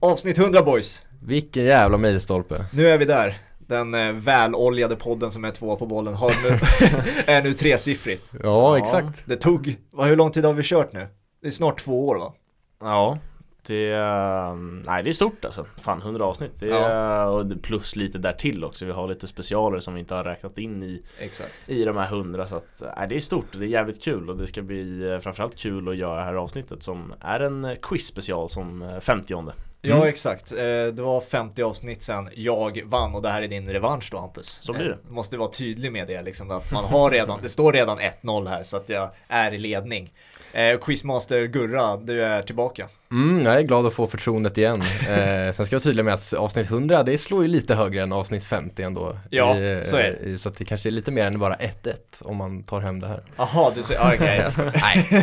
Avsnitt 100 boys. Vilken jävla milstolpe. Nu är vi där. Den eh, väloljade podden som är tvåa på bollen har nu, är nu tresiffrig. Ja, exakt. Det tog, vad, hur lång tid har vi kört nu? Det är snart två år va? Ja, det, eh, nej, det är stort alltså. Fan, 100 avsnitt. Det är, eh, och det- plus lite därtill också. Vi har lite specialer som vi inte har räknat in i, Exakt. i de här 100. Så att, eh, nej, det är stort och det är jävligt kul. Och det ska bli eh, framförallt kul att göra det här avsnittet som är en eh, quiz-special som eh, 50 Ja exakt, Eh, det var 50 avsnitt sen jag vann och det här är din revansch då Hampus. Så blir det. Eh, Måste vara tydlig med det liksom, att man har redan, det står redan 1-0 här så att jag är i ledning. Eh, Quizmaster Gurra, du är tillbaka. Mm, jag är glad att få förtroendet igen. Eh, sen ska jag vara tydlig med att avsnitt 100, det slår ju lite högre än avsnitt 50 ändå. Ja, I, eh, så är det. i- Så att det kanske är lite mer än bara 1-1 om man tar hem det här. Jaha, du säger, ah, okej. Jag skojar.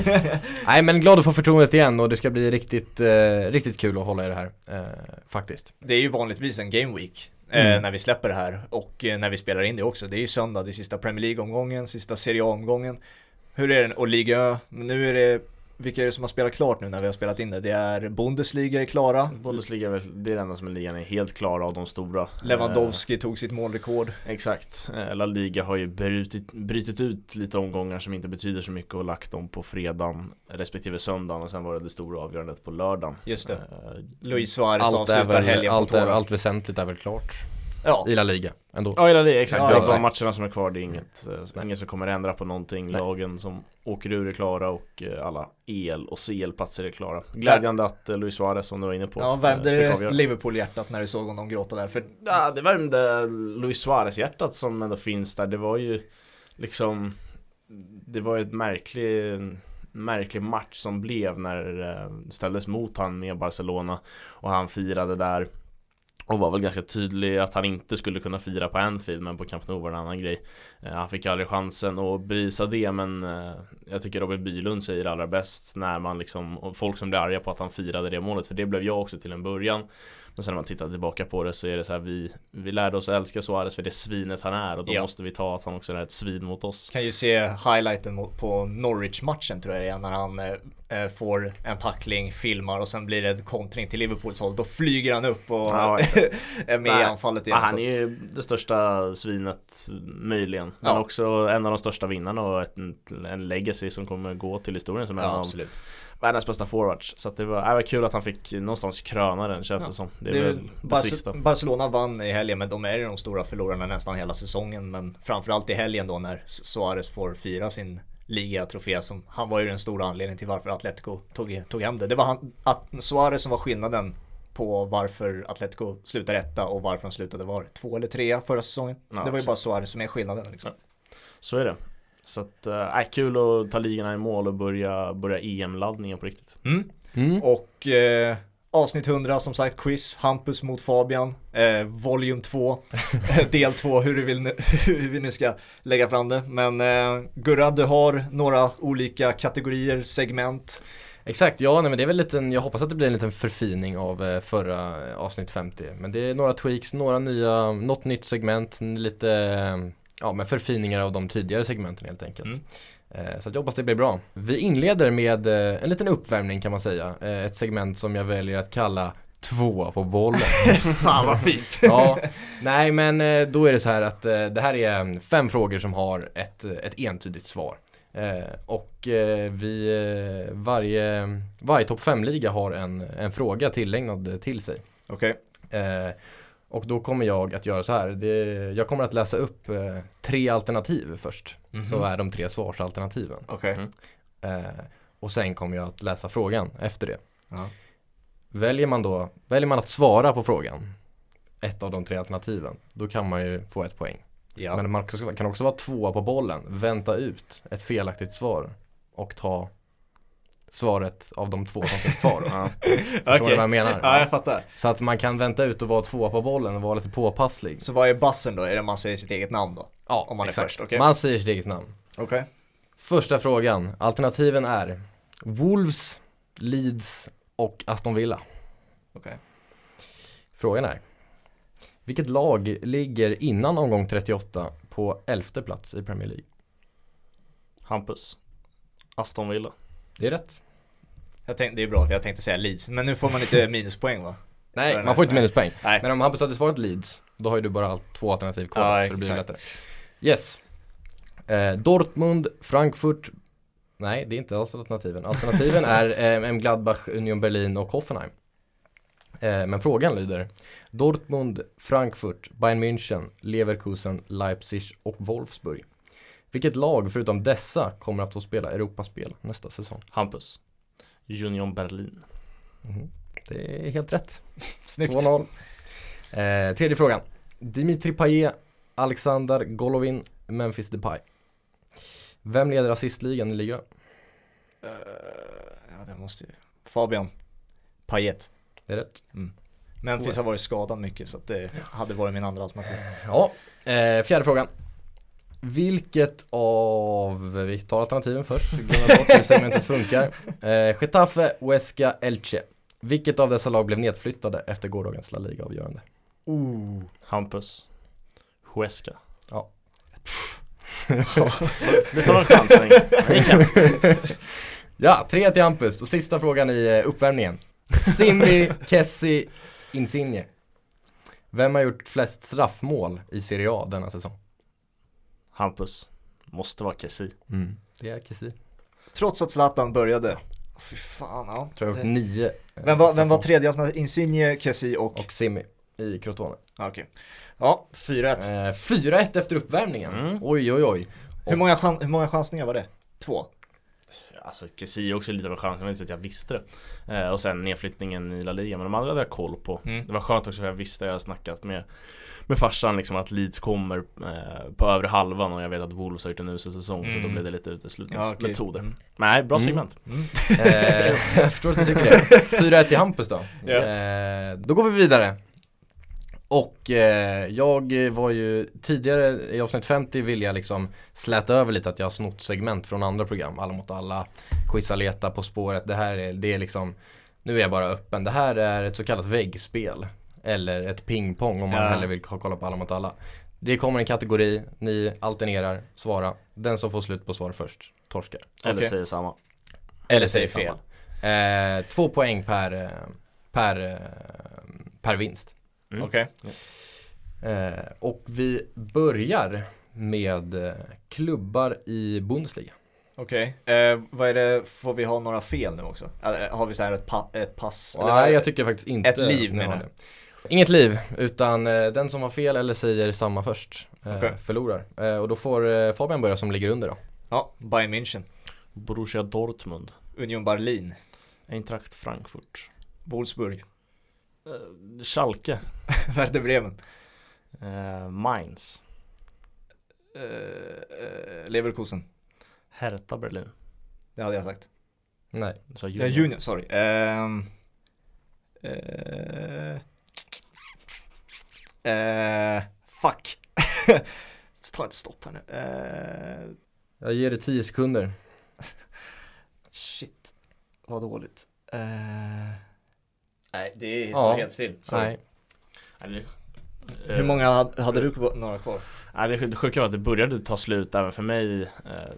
Nej. Nej, men glad att få förtroendet igen och det ska bli riktigt, eh, riktigt kul att hålla i det här, eh, faktiskt. Det är ju vanligtvis en game week eh, när vi släpper det här och eh, när vi spelar in det också. Det är ju söndag, det är sista Premier League-omgången, sista Serie A-omgången. Hur är den? Och Liga, nu är det, vilka är det som har spelat klart nu när vi har spelat in det? Det är Bundesliga är klara. Bundesliga är väl- det är det enda som ligan är helt klar av de stora Lewandowski tog sitt målrekord. Eh, exakt, Eh, La Liga har ju brutit, brutit ut lite omgångar som inte betyder så mycket och lagt dem på fredagen respektive söndagen och sen var det det stora avgörandet på lördagen Just det. Eh, Luis Suarez Allt, är avslutar väl, helgen allt, på är, tårar. allt väsentligt är väl klart Ja, i La Liga ändå. Ja, ja, det är exakt. Ja, det är exakt. bara matcherna som är kvar. Det är inget, eh, Nej. ingen som kommer ändra på någonting. Nej. Lagen som åker ur är klara och eh, alla EL och CL-platser är klara. Glädjande att eh, Luis Suarez, som du var inne på, ja eh, fick värmde det avgöra. Liverpool-hjärtat när du såg honom gråta där? För Ja, det värmde Luis Suarez-hjärtat som ändå finns där. Det var ju liksom Det var ju ett märklig märklig match som blev när eh, det ställdes mot han med Barcelona och han firade där och var väl ganska tydlig att han inte skulle kunna fira på Anfield men på Camp Nou var det en annan grej. Eh, Han fick aldrig chansen att bevisa det men eh, jag tycker Robin Bylund säger det allra bäst när man liksom, och folk som blir arga på att han firade det målet för det blev jag också till en början. Men sen när man tittar tillbaka på det så är det så här vi, vi lärde oss att älska Suarez för det svinet han är och då Ja. måste vi ta att han också är ett svin mot oss. kan ju se highlighten mot- på Norwich-matchen tror jag det är när han eh, eh, får en tackling, filmar och sen blir det en kontring till Liverpools håll. Då flyger han upp och Ja, är med i Nej. anfallet Ja, igen. han så är att- ju det största svinet möjligen. Men Ja. också en av de största vinnarna och ett, en legacy som kommer gå till historien som en ja, av absolut. världens bästa forwards. Så att det, var, det var kul att han fick någonstans kröna den känns det som. Det är Det är väl det Bar- sista. Barcelona vann i helgen men de är ju de stora förlorarna nästan hela säsongen. Men framförallt i helgen då när Suarez får fira sin ligatrofé som han var ju den stora anledningen till varför Atletico tog, tog hem det. Det var han, att Suarez som var skillnaden på varför Atletico slutar etta och varför de slutade var två eller trea förra säsongen. Ja, det var ju exakt. bara Suarez som är skillnaden. Liksom. Så är det. Så att, äh, kul att ta ligorna i mål och börja, börja EM-laddningen på riktigt. Mm. Mm. Och eh, avsnitt 100 som sagt quiz, Hampus mot Fabian, eh, volym 2, del 2 hur, du vill nu, hur vi nu ska lägga fram det. Men eh, Gurra, du har några olika kategorier, segment. Exakt, ja nej, men det är väl lite, jag hoppas att det blir en liten förfining av eh, förra eh, avsnitt 50. Men det är några tweaks, några nya, något nytt segment, n- lite eh, ja, men förfiningar av de tidigare segmenten helt enkelt. Mm. Eh, Så att jag hoppas det blir bra. Vi inleder med eh, en liten uppvärmning kan man säga. Eh, Ett segment som jag väljer att kalla två på bollen. Fan vad fint! Ja, nej men eh, då är det så här att eh, det här är mm, fem frågor som har ett, eh, ett entydigt svar. Eh, Och eh, vi, eh, varje, varje topp 5-liga har en, en fråga tillägnad eh, till sig. Okej, Eh, Och då kommer jag att göra så här, det, jag kommer att läsa upp eh, tre alternativ först. Så är de tre svarsalternativen. okej. Mm. Eh, Och sen kommer jag att läsa frågan efter det. Ja. Väljer man då, väljer man att svara på frågan, ett av de tre alternativen, då kan man ju få ett poäng. Ja. Men man kan också vara tvåa på bollen, vänta ut ett felaktigt svar och ta svaret av de två som finns kvar. Förstår Ja. du vad jag menar? Ja, jag fattar. Så att man kan vänta ut och vara tvåa på bollen och vara lite påpasslig. Så vad är bussen då? Är det man säger sitt eget namn då? Ja, Om man är först, okej. Man säger sitt eget namn. Okej. Första frågan, alternativen är Wolves, Leeds och Aston Villa. Okej. Frågan är, vilket lag ligger innan omgång 38 på elfte plats i Premier League? Hampus. Aston Villa. Det är rätt. Jag tänkte, det är bra för jag tänkte säga Leeds, men nu får man inte minuspoäng va? Nej, den man här- får inte minuspoäng. Nej. Men om Hampus hade svarat Leeds, då har ju du bara två alternativ kvar. Ja, så det blir exakt. lättare. Yes. Eh, Dortmund, Frankfurt. Nej, det är inte alls alternativen. Alternativen är eh, Gladbach, Union Berlin och Hoffenheim. Eh, men frågan lyder. Dortmund, Frankfurt, Bayern München, Leverkusen, Leipzig och Wolfsburg. Vilket lag förutom dessa kommer att få spela Europaspel nästa säsong? Hampus. Union Berlin. Mhm. Det är helt rätt. Snyggt. 2-0. Eh, tredje frågan. Dimitri Payet, Alexander Golovin, Memphis Depay. Vem leder assistligan i ligan? Eh, ja, det måste ju. Fabian Payet. Det är rätt. Memphis har varit skadad mycket så att det hade varit min andra alternativ. Ja, eh, fjärde frågan. Vilket av, vi tar alternativen först, glömmer bort hur segmentet funkar. Eh, Getafe, Huesca, Elche. Vilket av dessa lag blev nedflyttade efter gårdagens La Liga-avgörande? Oh. Ooh. Hampus. Huesca. Ja. Vi tar en chansning. Ja, tre till Hampus och sista frågan i eh, uppvärmningen. Simbi, Kessi, Insigne. Vem har gjort flest straffmål i Serie A denna säsong? Hampus. Måste vara Kessi. Det är Kessi. Trots att Zlatan började. Fy fan, ja. Tror jag har Det- gjort nio. eh, Vem var, vem var straffmål. tredje alternativ? Insigne, Kessie och... Och Simmi i Crotone. Ja, Okej. Ja, 4-1. Eh, 4-1 efter uppvärmningen. Mm. Oj, oj, oj. Hur, många chan- hur många chansningar var det? Två? Alltså Kessi är också lite av en chans, det var inte så att jag visste det. Eh, och sen nedflyttningen i La Liga, men de andra hade jag koll på. Mm. Det var skönt också för jag visste, jag har snackat med, med farsan liksom att Leeds kommer eh, på övre halvan och jag vet att Wolves har gjort en usel säsong så då Mm. blev det lite uteslutningsmetoder. Mm. Nej, bra Mm. segment. Eh, jag förstår att du tycker det. 4-1 till Hampus då. Yes. Eh, då går vi vidare. Och eh, jag var ju tidigare i avsnitt 50 vill jag liksom släta över lite att jag har snott segment från andra program. Alla mot alla, Quizza leta, På spåret. Det här är, det är liksom, nu är jag bara öppen. Det här är ett så kallat väggspel. Eller ett pingpong om man Ja. hellre vill k- kolla på Alla mot alla. Det kommer en kategori, ni alternerar, svara. Den som får slut på svar först, torskar. Eller Okej. säger samma. Eller säger fel. Eh, två poäng per, eh, per, eh, per vinst. Mm. Okej. Eh, och vi börjar med eh, klubbar i Bundesliga. Okej. Eh, vad är det, får vi ha några fel nu också? Eller, eh, har vi så här ett, pa- ett pass? Eller vad är Nej, det? jag tycker faktiskt inte Ett liv, ni har menar det. Inget liv, utan eh, den som har fel eller säger samma först eh, Okej. förlorar. Eh, och då får eh, Fabian börja som ligger under då. Ja, Bayern München. Borussia Dortmund. Union Berlin. Eintracht Frankfurt. Wolfsburg. Eh, Schalke. Werder Bremen. Eh, Mainz. Eh, eh, Leverkusen. Hertha Berlin. Det hade jag sagt. Nej, Så Union, ja, Union sorry. Ehm, eh, eh, fuck. Ta ett stopp här nu. Eh, jag ger dig 10 sekunder. Shit, vad dåligt. Eh, Nej, det Ja. står helt still. Sorry. Nej. Eller- Hur Eh, många hade, hade du kvar- några kvar? Ja, det sj- det sjuka var att det började ta slut även för mig eh,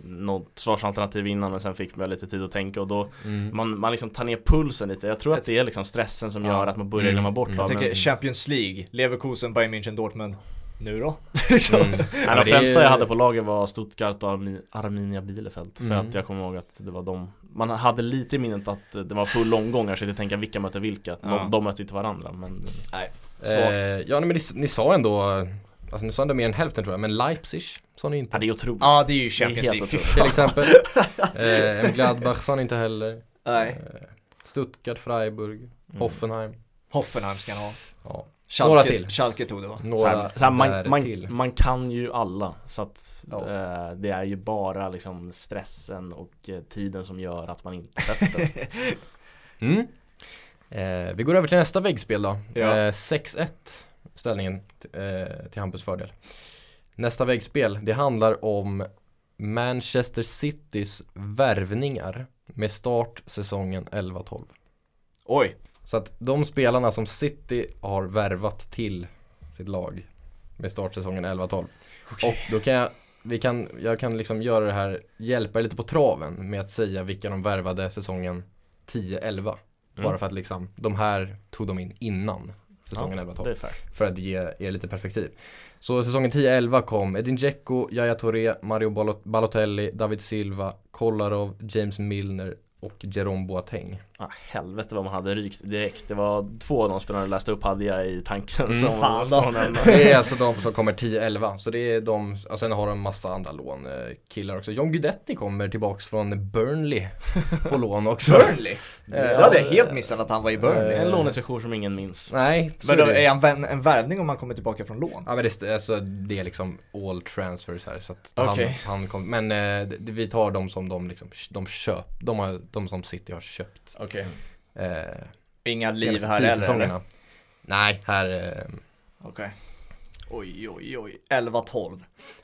Något svarsalternativ innan men sen fick jag lite tid att tänka och då Mm. Man, man liksom tar ner pulsen lite Jag tror att det är liksom stressen som Ja. gör att man börjar Mm, glömma bort mm. va, Jag men, tänker Champions League, Leverkusen, Bayern München, Dortmund. Nu då? Liksom. Mm. Nej, Ja, De det är- främsta jag hade på laget var Stuttgart och Armi, Arminia Bielefeld För Mm. att jag kommer ihåg att det var de Man hade lite i minnet att det var full omgång Jag försökte tänka vilka möter vilka Ja. De, de möter inte varandra men Svagt. Eh, ja, nej, men ni, ni sa ändå, alltså ni sa ändå mer än hälften tror jag, men Leipzig sa ni ja, inte. det är otroligt Ja, det är ju Det är Champions helt League. Fy otroligt. fan. Till exempel. Eh, M. Gladbach sa ni inte heller. Nej. Eh, Stuttgart, Freiburg, Mm. Hoffenheim. Hoffenheim ska han ha. Ja, Schalke, Några till. Schalke tog det va? några Så här, så här, där man, till. man, man kan ju alla så att Ja. eh, det är ju bara liksom stressen och eh, tiden som gör att man inte sätter. Mm. Eh, vi går över till nästa väggspel då. Ja. Eh, 6-1 ställningen t- eh, till Hampus fördel. Nästa väggspel, det handlar om Manchester Citys värvningar med start säsongen 11-12. Oj. Så att de spelarna som City har värvat till sitt lag med startsäsongen 11-12. Och då kan jag, vi kan, jag kan liksom göra det här, hjälpa er lite på traven med att säga vilka de värvade säsongen 10-11. Bara för att liksom, de här tog de in innan säsongen 11-12 Det är fair. för att ge er lite perspektiv. Så säsongen 10-11 kom Edin Dzeko, Yahya Touré, Mario Balot- Balotelli, David Silva, Kolarov, James Milner och Jerome Boateng. Ah, helvete vad man hade rykt direkt. Det var två av de spelarna du läste upp hade jag i tanken som, fan som då. en- Det är alltså de som kommer 10-11. Så det är de, och sen har de massa andra lånkillar också. John Guidetti kommer tillbaks från Burnley på lån också. Burnley? Eh, Det hade jag helt missat att han var i Burnley. En lånesession som ingen minns. Nej, så Men då är det. är han vän- en värvning om han kommer tillbaka från lån? Ja men det, är- alltså, det är liksom all transfers här så att han, Okej. han kom, men eh, det- vi tar de som de liksom, de köp, de, har, de som City har köpt. Okej. Eh, Inga liv senaste här tio heller? eller? säsongerna. Nej, här, eh, Okej. Oj, oj, oj. 11-12.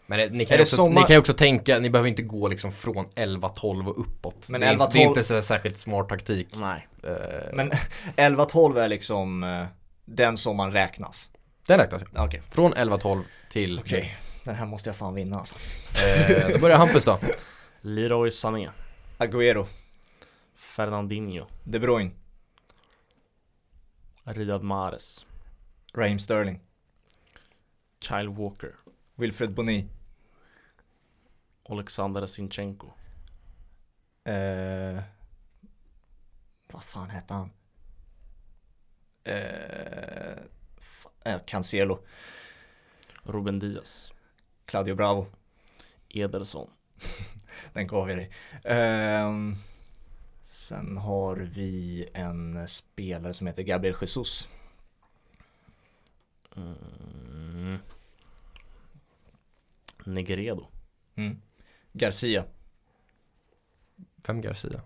men eh, ni kan, Är ju det också, sommar- ni kan ju också tänka, ni behöver inte gå liksom från 11-12 och uppåt. Men det, är inte, det 11-12 är inte så här särskilt smart taktik. Nej. Eh, Men 11-12 är liksom eh, den som man räknas. Den räknas Okej, Från 11-12 till, okej. Den här måste jag fan vinna alltså. eh, då börjar Hampus då. Leroy Sané. Agüero, Fernandinho. De Bruyne, Riyad Mahrez. Raheem Sterling, Kyle Walker. Wilfred Boni, Alexander Sinchenko. eh, vad fan hette han? Eh, fa- eh, Cancelo, Ruben Diaz. Claudio Bravo, Ederson. den gav jag dig. Ehm, sen har vi en spelare som heter Gabriel Jesus. Mm. Negredo. Mm. Garcia, Vem Garcia?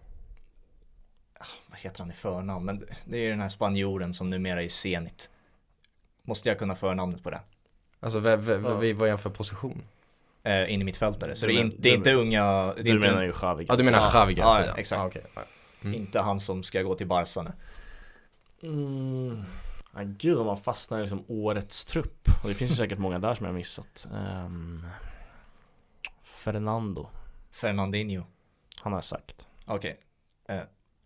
vad heter han i förnamn? Men det är ju den här spanjoren som numera är Zenit. Måste jag kunna förnamnet på den? Alltså vem, vem, Ja. vem, vad är han för position? eh, in i mittfältare. Så Du det är, men- inte, det är du inte unga, det är Du inte, menar Mm. ju Xavi. Ja ah, du menar Ja, Javi ja, Garcia? exakt. Ah, okej. Ja. inte han som ska gå till Barca nu. Mm. Ja, gud om man fastnar i liksom årets trupp. Och det finns ju säkert många där som jag missat. Ehm, Fernando. Fernandinho. Han har jag sagt. Okej. Eh,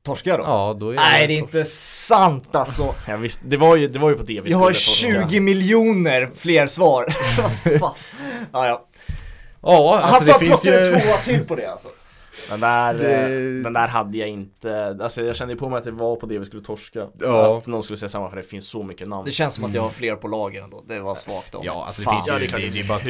torska då? Ja, då är Nej det är inte sant alltså! Jag visste, det, var ju, det var ju på det vi Jag har skulle prata om. 20 miljoner fler svar! Vad fan. ja, ja. Ja, alltså Han det fan finns plockade ju... tvåa till på det alltså. Den där, Det- eh, den där hade jag inte. Alltså jag kände ju på mig att det var på det vi skulle torska. Ja. Att någon skulle säga samma för det finns så mycket namn. Det känns som att jag har fler på lager ändå. Det var svagt av mig. Ja, alltså det Fan. finns ju... Ja, det, det är klart det, det är finns bara att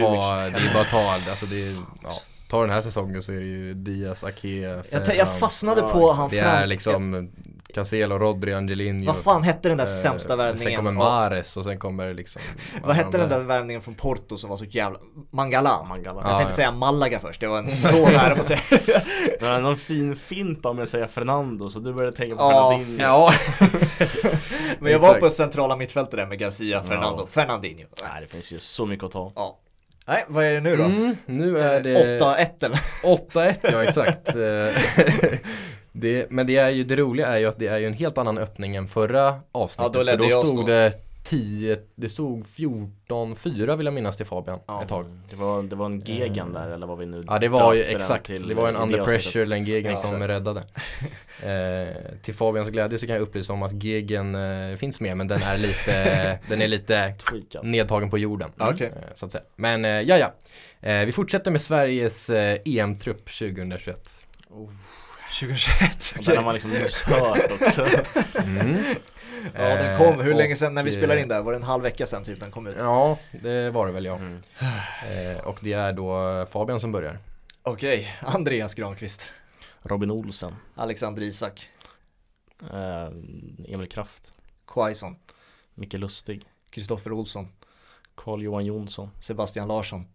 hur ta... Det är bara att ta... Alltså det är... Ja, ta den här säsongen så är det ju Diaz, Ake, Jag, t- jag fastnade Ja, på han Det fram- är liksom Caselo, Rodri, Angelinho. Vad fan hette den där eh, sämsta värvningen? Sen kommer av- Mares och sen kommer liksom... alla Vad hette de den där värvningen från Porto som var så jävla... Mangala? Mangala. Jag Ja, tänkte ja. säga Malaga först, det var en så nära på att säga Det var någon fin fint om jag säger Fernando så du började tänka på Ja, Fernandinho. Ja, Men jag var Exakt. på centrala mittfältet där med Garcia, Fernando, Fernandinho. Nej, det finns ju så mycket att ta. Ja. Nej, vad är det nu då? mm, nu är det... 8-1 eller? 8-1 ja exakt. Eh, det, men det, är ju, det roliga är ju att det är ju en helt annan öppning än förra avsnittet. Ja, då ledde för då jag stod snart. det 10, det stod 14-4 vill jag minnas till Fabian ett tag. Det var, det var en Gegan där eller vad vi nu Ja det var ju döpte den exakt, till det var en i under avsnittet. pressure Len Gegen som Exakt. räddade. Eh, till Fabians glädje så kan jag upplysa om att Gegen eh, finns med men den är lite, den är lite Tweakad. nedtagen på jorden. Ja, okej. eh, Så att säga. Men eh, ja, ja. Eh, vi fortsätter med Sveriges eh, EM-trupp 2021. 2021. Och Den har man liksom nyss hört också. Mm. Ja, den kom, hur Eh, länge sedan när vi och, eh, spelade in där? Var det en halv vecka sedan typ den kom ut? Ja, det var det väl ja. Mm. Eh, Och det är då Fabian som börjar. Okej, Andreas Granqvist, Robin Olsen. Alexander Isak, Eh, Emil Kraft. Quaison, Micke Lustig. Kristoffer Olsson, Carl-Johan Jonsson. Sebastian Larsson,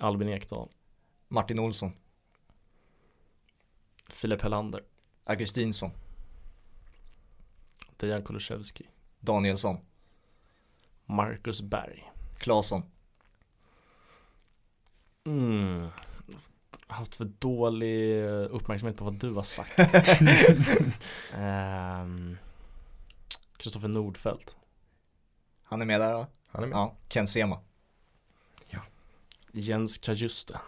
Albin Ekdal. Martin Olsson, Filip Helander. Augustinsson, Dejan Kulusevski. Danielsson, Marcus Berg. Claesson, Mm. Haft för dålig uppmärksamhet på vad du har sagt. Ehm, Kristoffer Nordfeldt. han är med där va? Han är med. Ja, Ken Sema. Jens Kajuste.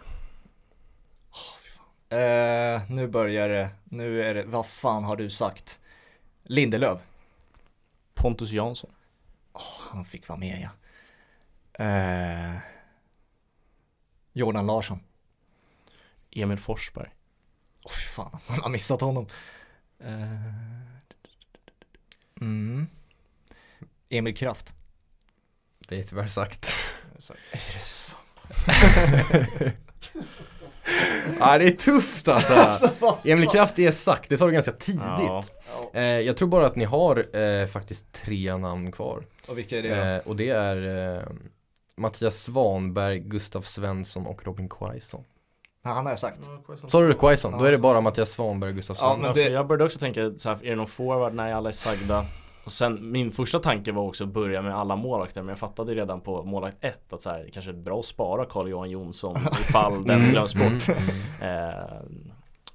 Eh, nu börjar det, nu är det, vad fan har du sagt? Lindelöf. Pontus Jansson. Han fick vara med ja. Eh, Jordan Larsson. Emil Forsberg. Åh fy fan, man har missat honom. Eh, mm. Emil Kraft. Det är tyvärr sagt. Är det så? Ja, det är tufft alltså. Emil Kraft är sagt, det sa du ganska tidigt. Ja. Eh, jag tror bara att ni har eh, faktiskt tre namn kvar. Och vilka är det? Eh, och det är eh, Mattias Svanberg, Gustav Svensson och Robin Quaison. Ja, han har jag sagt. Sa du Quaison? Då är det Ja. bara Mattias Svanberg och Gustav Ja, Svensson. men Ja, det- för Jag började också tänka så här, är det någon forward? Nej, alla är sagda. Och sen, min första tanke var också att börja med alla målvakter, men jag fattade ju redan på målvakt 1 att så här, det kanske är bra att spara Carl-Johan Jonsson ifall Mm. den glöms bort. Mm. Eh,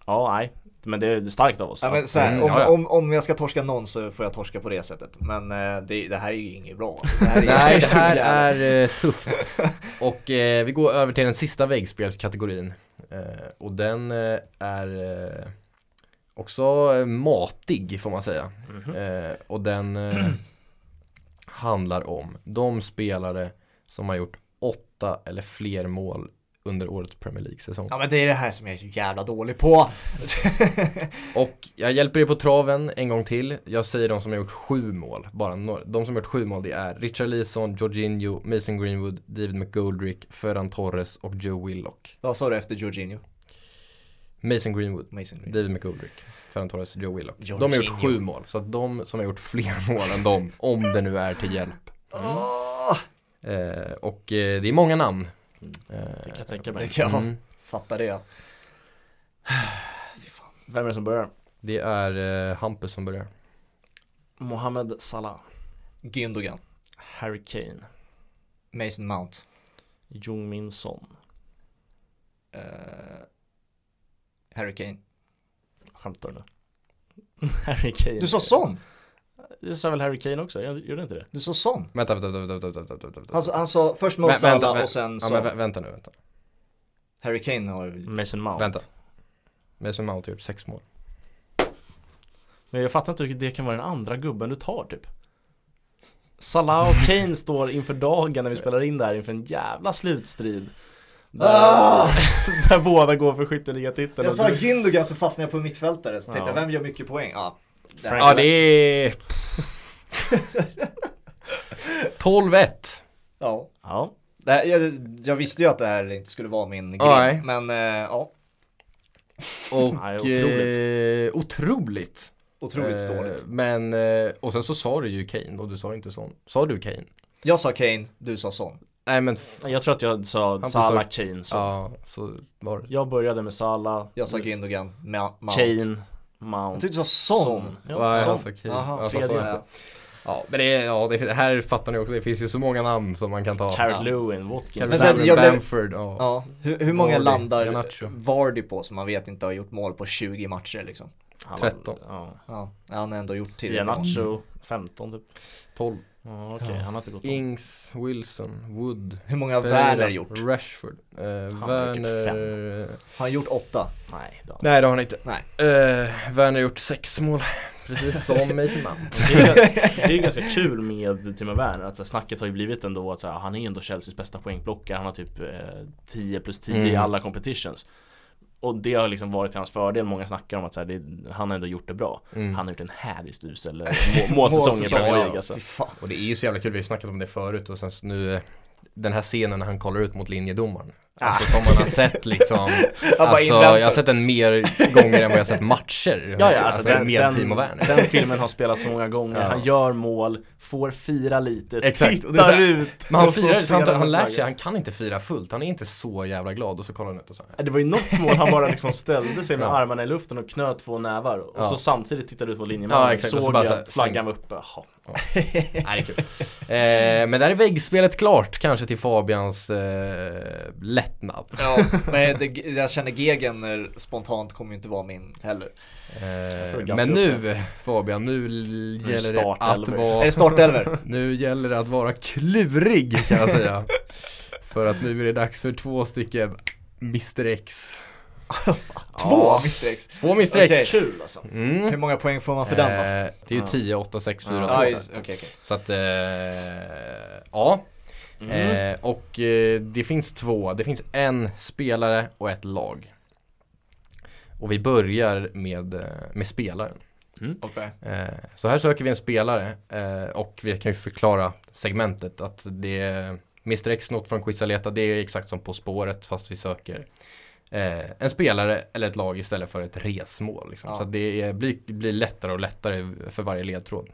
ja, nej. Men det är starkt av oss. Ja, men så här, Mm, om, ja, ja. Om, om jag ska torska någon så får jag torska på det sättet. Men eh, det, det här är ju inget bra. alltså. Det här är, Nej, det så här jävla- är eh, tufft. Och eh, vi går över till den sista väggspelskategorin. Eh, och den eh, är eh, också eh, matig får man säga. Mhm. Eh, och den eh, handlar om de spelare som har gjort åtta eller fler mål under årets Premier League-säsong. Ja men det är det här som jag är så jävla dålig på. Och jag hjälper er på traven en gång till. Jag säger de som har gjort sju mål. Bara några. De som har gjort sju mål det är Richard Leeson, Jorginho, Mason Greenwood, David McGoldrick, Ferran Torres och Joe Willock. Vad sa du efter Jorginho? Mason Greenwood, Mason Green. David McGoldrick, Ferran Torres, Joe Willock. De har Jorginho. gjort sju mål. Så att de som har gjort fler mål än dem, om det nu är till hjälp. Mm. Åh, Eh, och eh, det är många namn. Det kan jag tänka det mig. kan jag Mm. fatta det. Vem är det som börjar? Det är eh, Hampus som börjar. Mohamed Salah, Gündogan, Harry Kane, Mason Mount, Jung Min Son. eh, Harry Kane. Skämtar du nu? Harry Kane. Du sa sån! Jag sa väl Harry Kane också? Jag gjorde inte det? Du sa sån! Vänta, vänta, vänta, vänta, vänta, vänta, vänta. Han, sa- han sa först Vä- Mo vänta, Salah vä- och sen ja, så men vä- vänta nu, vänta. Harry Kane har väl... Mason Mount. Vänta. Mason Mount har gjort sex mål. Men jag fattar inte hur det kan vara den andra gubben du tar typ Salah och Kane står inför dagen när vi spelar in det här inför en jävla slutstrid Där, Ah! där båda går för skytteligatiteln Ah! Jag sa Gündogan så fastnade jag på mittfältare så tänkte Ja. jag vem gör mycket poäng? Ja, där. Frank- Ja det är 12-1 ja. Ja, Det här, jag, jag visste ju att det här inte skulle vara min grej, Nej. men eh, ja, och Nej, otroligt. Eh, otroligt. otroligt Eh, dåligt. Men, eh, och sen så sa du ju Kane och du sa inte sån. Sa du Kane? Jag sa Kane, du sa Son. Nej men, f- jag tror att jag sa sa- Salah, Kane så ja så var det. Jag började med Salah, Jag sa Gündogan, Ma- Mount. Kane, Jag Mount tyckte du sa Son. Ja, Nej, Son. jag sa Kane. Jaha, jag sa tredje. sån efter. ja men det, är- ja, det, fin- här fattar ni också, det finns ju så många namn som man kan ta. Carrick Ja. Lewin, Watkins Men Calvin så att Bam- jag blev- Bamford, ja. Ja, hur, hur många Vardy, landar Garnacho. Vardy på som man vet inte har gjort mål på 20 matcher liksom? Han- 13. ja. Ja, han har ändå gjort tillräckligt många. Ianacho, 15 typ 12. Ja, okej, han har inte gått in. Ings, Wilson, Wood. Hur många har Pereira, Werner gjort? Rashford. Eh, har gjort Werner. Har han gjort åtta? Nej, det har han Nej det har han inte. Nej. Eh, Werner har gjort sex mål. Precis som Mason Mount. Det är, ju- det är ju ganska kul med Timo Werner, att så här, snacket har ju blivit ändå att så här, han är ändå Chelseas bästa poängplockare, han har typ eh, 10 plus 10 i Mm. alla competitions. Och det har liksom varit till hans fördel, många snackar om att så här, det, han har ändå gjort det bra. Mm. Han har gjort en hädiskt usel eh, må- målsäsong i Målsäsong, Premier ja. League alltså. Fy fan. Och det är ju så jävla kul, vi har ju snackat om det förut och sen så nu eh, den här scenen när han kollar ut mot linjedomaren. Ah. Alltså som man har sett liksom. bara alltså, inväntar. jag har sett den mer gånger än vad jag har sett matcher. Ja, ja, alltså den, med den, Timo Werner. den filmen har spelats så många gånger, Ja. han gör mål, får fira lite, Exakt, och det är tittar så här- ut Men han och så firar ser han, han, han lär flaggan. sig, han kan inte fira fullt, han är inte så jävla glad och så kollar han ut och så här. Det var ju något mål han bara liksom ställde sig med Ja. armarna i luften och knöt två nävar och Ja. så samtidigt tittade ut på linjemannen Ja, ja, exakt. såg Och så så bara så här, att flaggan släng. var uppe. Jaha. Nej, det är kul. Eh, men där är väggspelet klart, kanske till Fabians eh, lättnad. Ja, men det, jag känner Gegen eh, spontant kommer ju inte vara min heller. Eh, ganska men upp nu Fabian, nu l- gäller det att startelver. Är vara, det startelver? nu gäller det att vara klurig kan jag säga. för att nu är det dags för två stycken Mr X. Två missstrecks! Två missstrecks. Kul alltså. Mm. Hur många poäng får man för Eh, den då? Det är ju 10, 8, 6, 4, 2 Ja, så just- här. okej, okej. Så att, eh, ja. Mm. Eh, och eh, det finns två, det finns en spelare och ett lag. Och vi börjar med, eh, med spelaren. Eh, Så här söker vi en spelare eh, och vi kan ju förklara segmentet att det är Mr X något från Quizaleta, det är exakt som På spåret fast vi söker eh, en spelare eller ett lag istället för ett resmål. Liksom. Ja. Så att det är, blir, blir lättare och lättare för varje ledtråd.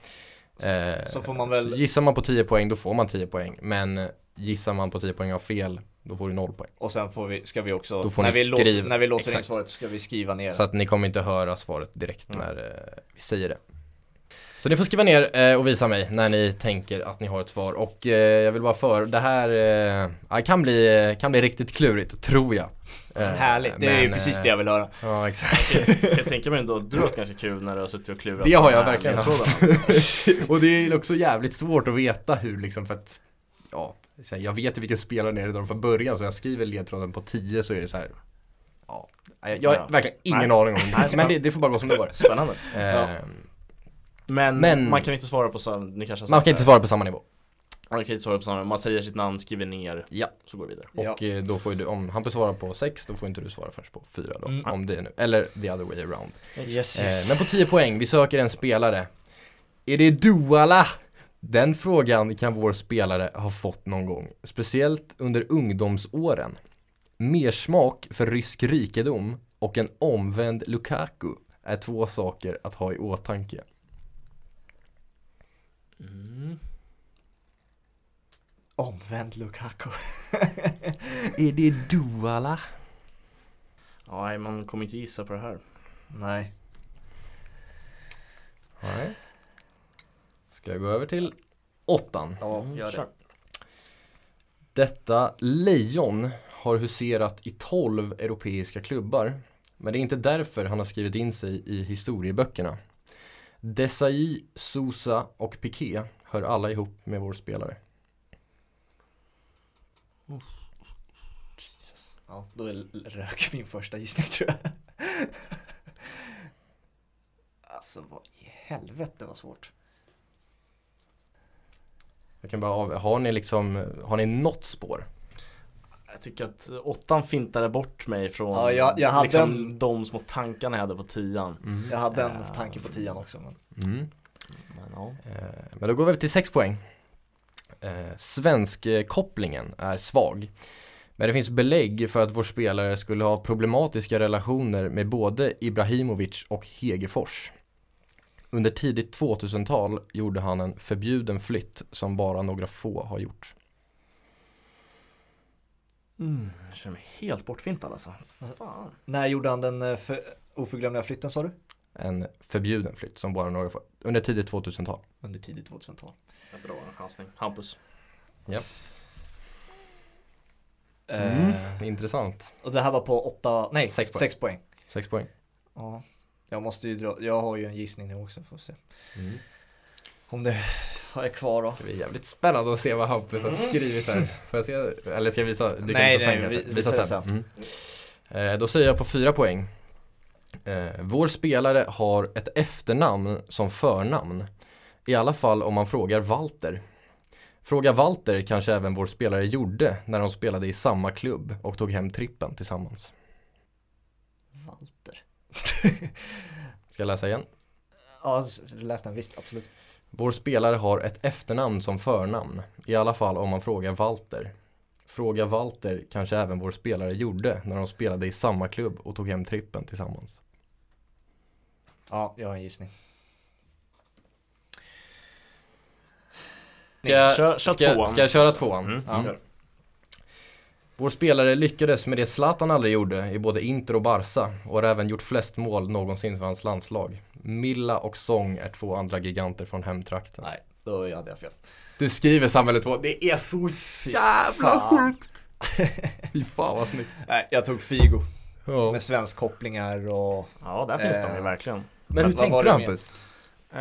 Eh, Så får man så väl, Gissar man på 10 poäng då får man 10 poäng, men gissar man på 10 poäng och har fel då får du 0 poäng. och sen får vi, ska vi också, Då får när, ni vi låser, skriva. när vi låser in Exakt. svaret ska vi skriva ner Så att ni kommer inte höra svaret direkt när eh, vi säger det. Så ni får skriva ner eh, och visa mig när ni tänker att ni har ett svar. Och eh, jag vill bara för, det här eh, ja, kan, bli, kan bli riktigt klurigt, tror jag. Eh, Härligt, det är ju men, precis eh, det jag vill höra. Ja, exakt. Jag tänker mig ändå, du har haft ganska kul när du har suttit och klurat Det har på jag den här verkligen ledtråden. haft. och det är också jävligt svårt att veta hur liksom, för att ja, så här, jag vet ju vilken spelare det är redan från början, så jag skriver ledtråden på 10 så är det så här. Ja, jag jag har Ja. verkligen ingen aning om det. Men det, det får bara gå som det går. Spännande. Eh, Men, Men- man kan inte svara på samma, ni kanske har Man sagt kan inte det. svara på samma nivå. Man kan inte svara på samma, man säger sitt namn, skriver ner, Ja. så går vi vidare. Och Ja. eh, då får ju du, om Hampus svarar på 6, då får inte du svara först på 4 då. Mm. Om det är nu, eller the other way around. Yes, Eh, men på 10 poäng, vi söker en spelare. Är det Duala? Den frågan kan vår spelare ha fått någon gång. Speciellt under ungdomsåren. Mersmak för rysk rikedom och en omvänd Lukaku är två saker att ha i åtanke. Mm. Omvänd Lukaku. Är det Duala? Nej, man kommer inte gissa på det här. Nej. Nej. Ska jag gå över till åttan? Ja, gör Kör. det. Detta lejon har huserat i 12 europeiska klubbar. Men det är inte därför han har skrivit in sig i historieböckerna. Desai, Sousa och Piqué hör alla ihop med vår spelare. Jesus. Ja, då är- rök min första gissning tror jag. Alltså vad i helvete vad svårt. Jag kan bara av... Har ni liksom, har ni något spår? Jag tycker att åttan fintade bort mig från Ja, jag- jag hade liksom, en- de små tankarna jag hade på tian. Jag hade en tanke på tian också. Men... Mm. Men, ja. Eh, Men då går vi till 6 poäng. Eh, svensk eh, kopplingen är svag. Men det finns belägg för att vår spelare skulle ha problematiska relationer med både Ibrahimovic och Hegerfors. Under tidigt 2000-tal gjorde han en förbjuden flytt som bara några få har gjort. Mm. Jag känner mig helt bortfintad alltså. Fan. När gjorde han den eh, för... oförglömliga flytten sa du? En förbjuden flytt som bara några få, under tidigt 2000-tal. Under tidigt 2000-tal. Bra en chansning. Hampus. Eh, Mm. Intressant. och det här var på åtta, nej, Sex sex poäng. poäng. Sex poäng. Ja, jag måste ju dra, jag har ju en gissning nu också, får se. Mm. Om det är kvar då. Det blir jävligt spännande att se vad Hampus har skrivit här. Får jag se? Eller ska jag visa? Du kan Mm. Nej, visa sen nej, vi- kanske. visa det Mm. Eh, Då säger jag på fyra poäng. Eh, Vår spelare har ett efternamn som förnamn. I alla fall om man frågar Walter. Fråga Walter kanske även vår spelare gjorde när de spelade i samma klubb och tog hem trippen tillsammans. Walter. Ska jag läsa igen? ja, s- s- läs den visst, absolut. Vår spelare har ett efternamn som förnamn, i alla fall om man frågar Walter. Fråga Walter kanske även vår spelare gjorde när de spelade i samma klubb och tog hem trippen tillsammans. Ja, jag har en gissning. Ska, jag- Kör- kör ska, tvåan. Mm. ska jag köra tvåan? Ja. Gör det. Vår spelare lyckades med det Zlatan aldrig gjorde i både Inter och Barca och har även gjort flest mål någonsin för hans landslag. Milla och Song är två andra giganter från hemtrakten. Nej, då hade jag fel. Du skriver Samhälle 2, det är så jävla fan. sjukt! Fy fan vad snyggt. Nej, jag tog Figo Ja. med svenskkopplingar och... Ja, där finns de Eh. ju verkligen. Men Vad hur var tänkte du det mer? Hampus? Eh,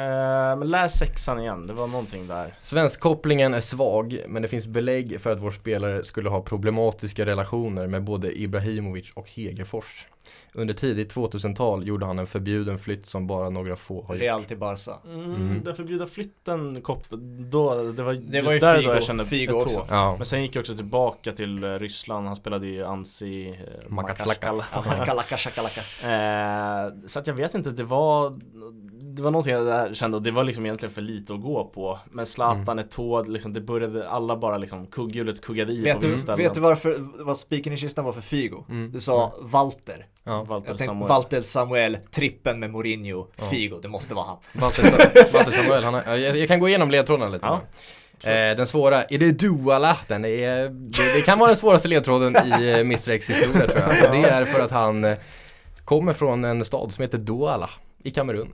men läs sexan igen, det var någonting där. Svenskkopplingen är svag, men det finns belägg för att vår spelare skulle ha problematiska relationer med både Ibrahimovic och Hegerfors. Under tidigt 2000-tal gjorde han en förbjuden flytt som bara några få har gjort. Real till Barca. Mm, Mm. Den förbjudna flytten, kopp, då, det var, Det just var ju där Figo- då jag kände Figo Eto'o. också. Ja. Men sen gick jag också tillbaka till eh, Ryssland, han spelade ju Ansi eh, Makatlaka. Makashkala. Kalaka, shakalaka. Eh, så att jag vet inte, det var Det var någonting jag där kände och det var liksom egentligen för lite att gå på Men Zlatan, Eto'o, liksom, det började alla bara liksom kugghjulet kuggade i på Vet vissa du, ställen vet du varför, vad spiken i kistan var för Figo? Mm. Du sa Walter. Ja. Walter Jag tänkte Samuel Walter Samuel, trippen med Mourinho, Figo, det måste vara han. Walter Sa- Walter Samuel, han har, ja, jag, jag kan gå igenom ledtrådarna lite. Ja. nu. Eh, den svåra, är det Duala? Den är, det, det kan vara den svåraste ledtråden i eh, Mr X historia tror jag. Och det är för att han eh, kommer från en stad som heter Douala i Kamerun.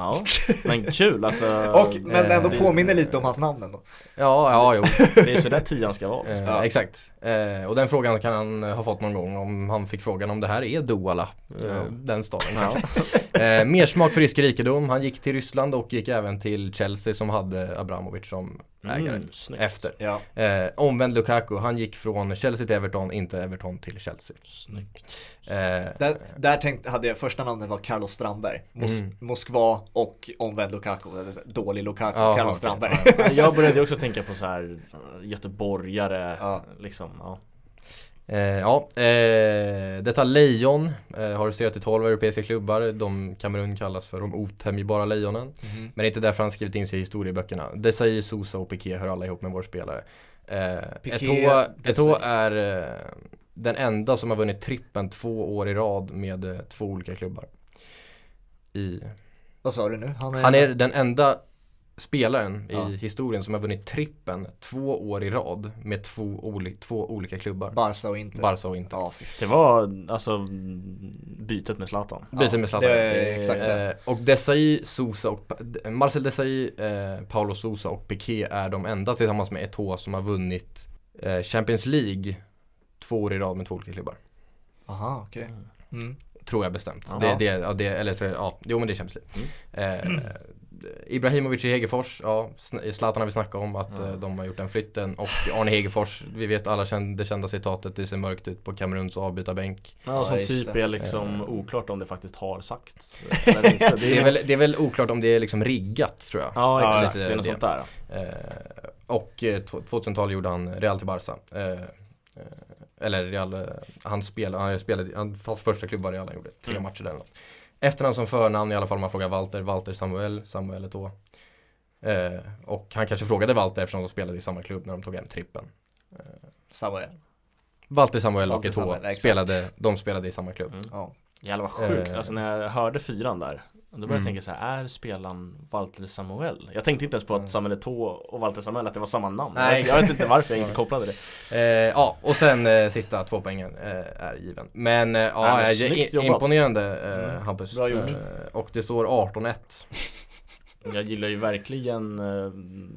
Ja, men kul alltså Och, men ändå det- påminner lite om hans namn ändå. Ja, ja, jo. Det är sådär tian ska vara Eh, Ja. Exakt. Eh, och den frågan kan han eh, ha fått någon gång om han fick frågan om det här är Douala, eh, Ja. den staden. ja. Mm, Eh, mer smak för rysk rikedom. Han gick till Ryssland och gick även till Chelsea som hade Abramovic som ägare mm, snyggt. efter. Ja. Eh, omvänd Lukaku, han gick från Chelsea till Everton, inte Everton till Chelsea. Snyggt. Eh, Där, där tänkte, hade jag första namnet var Carlos Strandberg. Mos, Mm. Moskva och omvänd Lukaku. eller så här, Dålig Lukaku, Ja, Carlos okej. Strandberg. Jag började också tänka på så här eh, göteborgare Ja. liksom ja. eh, ja, eh, detta lejon eh, har resterats i 12 europeiska klubbar. De Kamerun kallas för de otämjbara lejonen. Mhm. Men det är inte därför han skrivit in sig i historieböckerna. Desai, Sosa och Piqué hör alla ihop med vår spelare. Eh, Piqué, Eto'o Desai. Eto'o är eh, den enda som har vunnit trippen två år i rad med eh, två olika klubbar. I Vad sa du nu? Han är den enda spelaren Ja. i historien som har vunnit trippen två år i rad med två, oli- två olika klubbar. Barca och inte. Barca och inte. Ja, fy Det var alltså mm, bytet med Zlatan Byter med Zlatan. det är exakt det. Eh, och Desai, Sosa och Pa- Marcel Desai, eh, Paolo Sosa och Piqué är de enda tillsammans med Eto'o som har vunnit eh, Champions League två år i rad med två olika klubbar. Aha, okej. Mm. Tror jag bestämt. Jaha. Det, det, ja, det, eller så, ja, jo men det är Champions League. Eh, Ibrahimovic i Hegerfors, ja, Sn- Zlatan har vi snackat om att eh, de har gjort den flytten och Arne Hegerfors, vi vet alla känd, det kända citatet, det ser mörkt ut på Kameruns avbytarbänk. Ja, som just typ det. är liksom oklart om det faktiskt har sagts eller inte. Det är väl, det är väl oklart om det är liksom riggat tror jag. Ja exakt, Lite det är något det. sånt där. Eh, och eh, t- 2000-talet gjorde han Real till Barca. Eh, eh, eller Real, eh, han spelade, han spelade, han, hans första klubb var Real han gjorde, tre Mm. matcher där eller något. Efternamn som förnamn i alla fall om man frågar Walter, Walter Samuel, Samuel Eto'o. Eh, och han kanske frågade Walter eftersom de spelade i samma klubb när de tog hem trippen. Samuel. Walter Samuel Walter och Samuel, Eto'o exakt. spelade, de spelade i samma klubb. Mm. Ja. Jävlar vad sjukt, Eh. alltså när jag hörde fyran där då började Mm. jag tänka så här, är spelaren Walter Samuel? Jag tänkte inte ens på att Samuel Eto'o och Walter Samuel, att det var samma namn Nej, Nej, jag, vet inte varför jag inte kopplade det Eh, ja, och sen eh, sista två poängen eh, är given. Men eh, Ja, ja, men eh, snyggt i- jobbat. imponerande eh, Hampus. Mm. Bra gjort. Eh, och det står 18-1. Jag gillar ju verkligen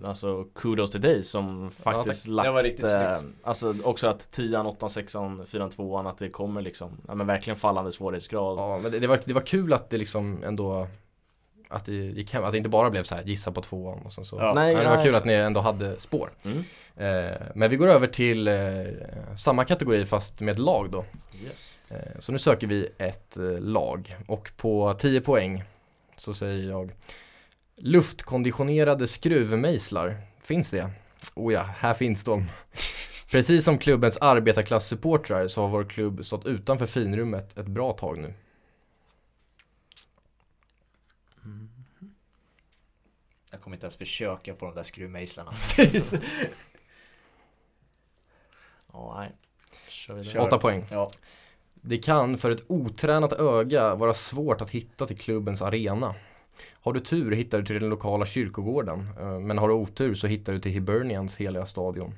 eh, Alltså kudos till dig som faktiskt lagt Det var riktigt eh, snyggt. Alltså också att 10 åttan, sexan, fyran, tvåan Att det kommer liksom Ja men verkligen fallande svårighetsgrad Ja, men det, det, var, det var kul att det liksom ändå att det gick hem, att det inte bara blev så här gissa på tvåan och sen så. Ja. Nej, det nej, var kul att exakt. ni ändå hade spår. Mm. Eh, men vi går över till eh, samma kategori fast med lag då. Yes. Eh, så nu söker vi ett eh, lag och på 10 poäng så säger jag luftkonditionerade skruvmejslar. Finns det? Oh ja, här finns de. Precis som klubbens arbetarklassupportrar så har vår klubb stått utanför finrummet ett bra tag nu. Jag kommer inte ens försöka på de där skruvmejslarna. Ja, nej. Kör vi Kör. Kör. Åtta poäng. ja. Det kan för ett otränat öga vara svårt att hitta till klubbens arena. Har du tur hittar du till den lokala kyrkogården, eh, men har du otur så hittar du till Hibernians heliga stadion.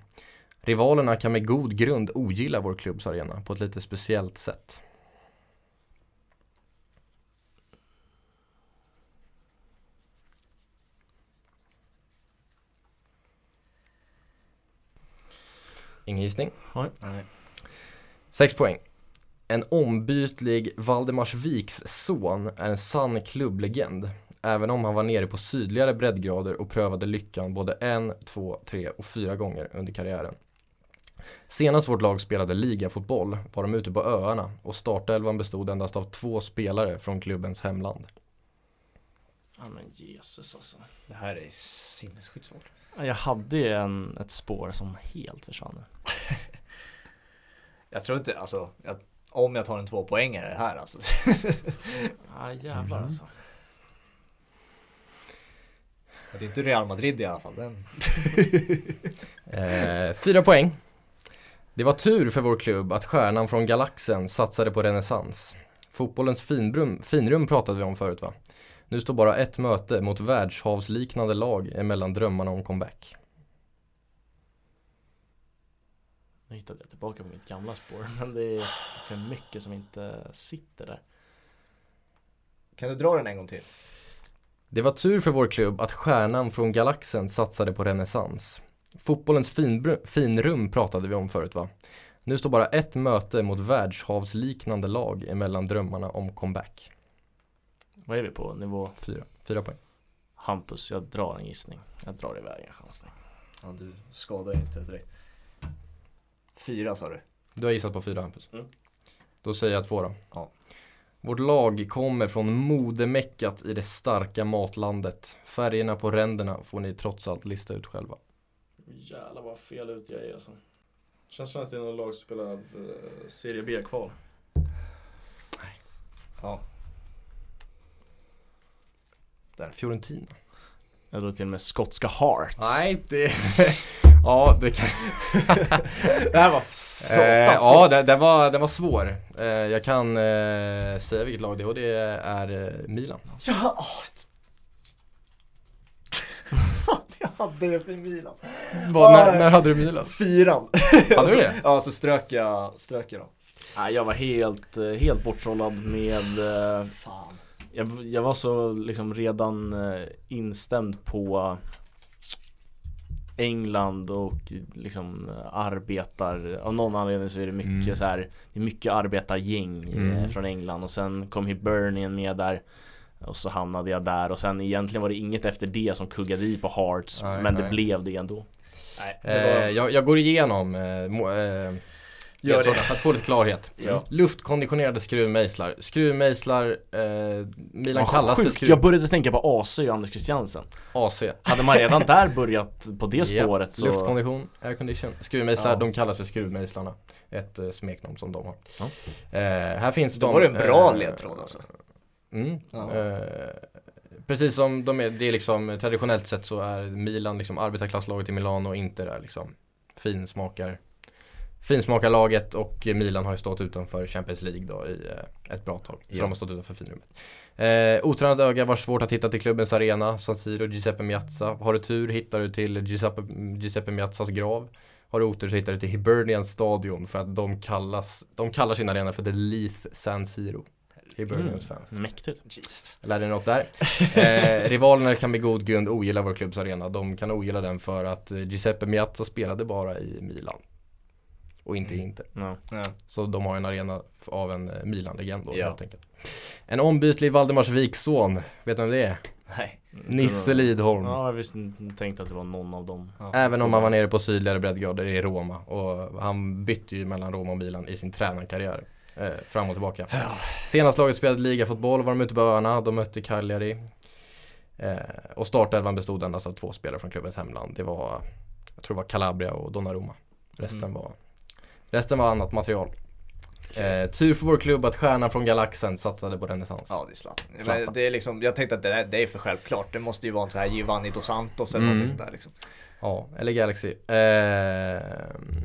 Rivalerna kan med god grund ogilla vår klubbs arena på ett lite speciellt sätt. Ingen gissning? Nej. Sex poäng. En ombytlig Valdemarsviks son är en sann klubblegend. Även om han var nere på sydligare breddgrader och prövade lyckan både en, två, tre och fyra gånger under karriären. Senast vårt lag spelade ligafotboll var de ute på öarna och startelvan bestod endast av två spelare från klubbens hemland. Ja men Jesus alltså. Det här är sinnessjukt svårt. Ja, Jag hade ju en, ett spår som helt försvann. nu. Jag tror inte, alltså, jag, om jag tar en tvåpoängare här alltså. Ja jävlar Mhm. alltså. Det är inte Real Madrid i alla fall. Den. Eh, fyra poäng. Det var tur för vår klubb att stjärnan från galaxen satsade på renässans. Fotbollens finbrum, finrum pratade vi om förut va? Nu står bara ett möte mot världshavsliknande lag emellan drömmarna om comeback. Nu hittade jag tillbaka på mitt gamla spår men det är för mycket som inte sitter där. Kan du dra den en gång till? Det var tur för vår klubb att stjärnan från galaxen satsade på renässans. Fotbollens finbru- finrum pratade vi om förut va? Nu står bara ett möte mot världshavsliknande lag emellan drömmarna om comeback. Vad är vi på nivå? Fyra, fyra poäng. Hampus, jag drar en gissning. Jag drar iväg en chansning. Ja, du skadar ju inte direkt. Fyra sa du. Du har gissat på fyra Hampus. Mm. Då säger jag två då. Ja. Vårt lag kommer från modemeckat i det starka matlandet. Färgerna på ränderna får ni trots allt lista ut själva. Jävlar vad fel ut jag är alltså. Känns som att det är något lag som spelar eh, Serie B-kval. Ja. Fiorentina. Jag drog till med skotska hearts. Nej, det... ja, det kan... det här var Eh, satan ja, den, den, var, den var svår. Eh, jag kan eh, säga vilket lag det är och det är eh, Milan. Ja, ah, åh. Fan, jag hade det för Milan. Vad- när, Oj. när hade du Milan? Fyran. Hade du det? Ja, så strök jag, strök jag dem. Nej, jag var helt, eh, helt borttrollad med eh, Fan. jag, jag var så liksom redan eh, instämd på England och liksom eh, arbetar Av någon anledning så är det mycket Mm. så här Det är mycket arbetargäng eh, Mm. från England och sen kom Hibernian med där och så hamnade jag där och sen egentligen var det inget efter det som kuggade i på Hearts Nej, Men det nej. blev det ändå Nej, det Eh, var... jag, jag går igenom eh, må, eh, Gör Gör det. Mm. för att få lite klarhet. Ja. Luftkonditionerade skruvmejslar. Skruvmejslar, eh, Milan Ah, Vad kallas för sjukt. skruv... Jag började tänka på AC och Anders Christiansen AC. Hade man redan där börjat på det Ja, spåret så Luftkondition, aircondition. Skruvmejslar, Ja. de kallas för skruvmejslarna. Ett eh, smeknamn som de har. Ja. Eh, här finns Då de. var det en bra eh, ledtråd alltså. Mm. Ja. Eh, precis som de är, det är liksom traditionellt sett så är Milan liksom arbetarklasslaget i Milano och inte där liksom finsmakar finsmakarlaget och Milan har ju stått utanför Champions League då i eh, ett bra tag. Så Ja. de har stått utanför finrummet. Eh, otränat öga var svårt att hitta till klubbens arena, San Siro, Giuseppe Miazza. Har du tur hittar du till Giuseppe, Giuseppe Miazzas grav. Har du otur så hittar du till Hibernian Stadion för att de, kallas, de kallar sin arena för The Leith San Siro. Hibernians fans. Mm. Mäktigt Jesus. Lärde er något där. Eh, rivalerna kan med god grund ogilla vår klubbs arena. De kan ogilla den för att eh, Giuseppe Miazza spelade bara i Milan. Och inte i Inter. ja. Ja. Så de har en arena f- av en eh, Milan-legend då Ja. helt enkelt. En ombytlig Valdemarsviksson. Vet du vem det är? Nej. Mm. Nisse Lidholm. Ja, jag visst tänkte att det var någon av dem. Även om han var nere på sydligare breddgrader i Roma. Och han bytte ju mellan Roma och Milan i sin tränarkarriär. Eh, fram och tillbaka. Senast laget spelade ligafotboll var de ute på öarna. De mötte Cagliari. Eh, och startelvan bestod endast av två spelare från klubbens hemland. Det var, jag tror det var Calabria och Donnarumma. Resten, Mm. var, resten var annat material. Eh, tur för vår klubb att stjärnan från galaxen satsade på renässans. Ja, det är Zlatan. Men Zlatan. Det är liksom, jag tänkte att det, där, det är för självklart. Det måste ju vara en så här Giovanni dos Santos eller Mm. något sånt där liksom. Ja, eller Galaxy. Eh,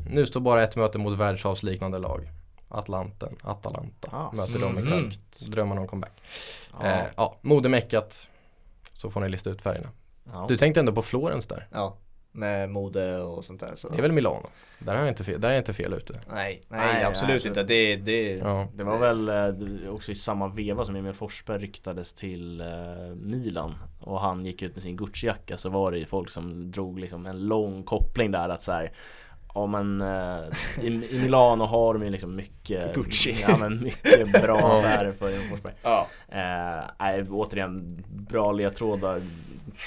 nu står bara ett möte mot världshavsliknande lag. Atlanten, Atalanta. Ah, möter dem ikväll. mm. Drömmarna om comeback. Ja. Eh, ja, modemeckat. Så får ni lista ut färgerna. ja. Du tänkte ändå på Florens där. Ja, med mode och sånt där. Så. Det är väl Milano? Där har jag inte fel, där är jag inte fel ute. Nej, nej, Nej, absolut alltså- inte. Det, det, Ja. Det var väl eh, det- också i samma veva som Emil Forsberg ryktades till eh, Milan och han gick ut med sin Gucci-jacka så var det ju folk som drog liksom en lång koppling där att så här Ja men eh, i, i Milano har de ju liksom mycket Gucci. Ja men mycket bra Ja. affärer för Emil Forsberg Ja, eh, nej, Återigen, bra ledtrådar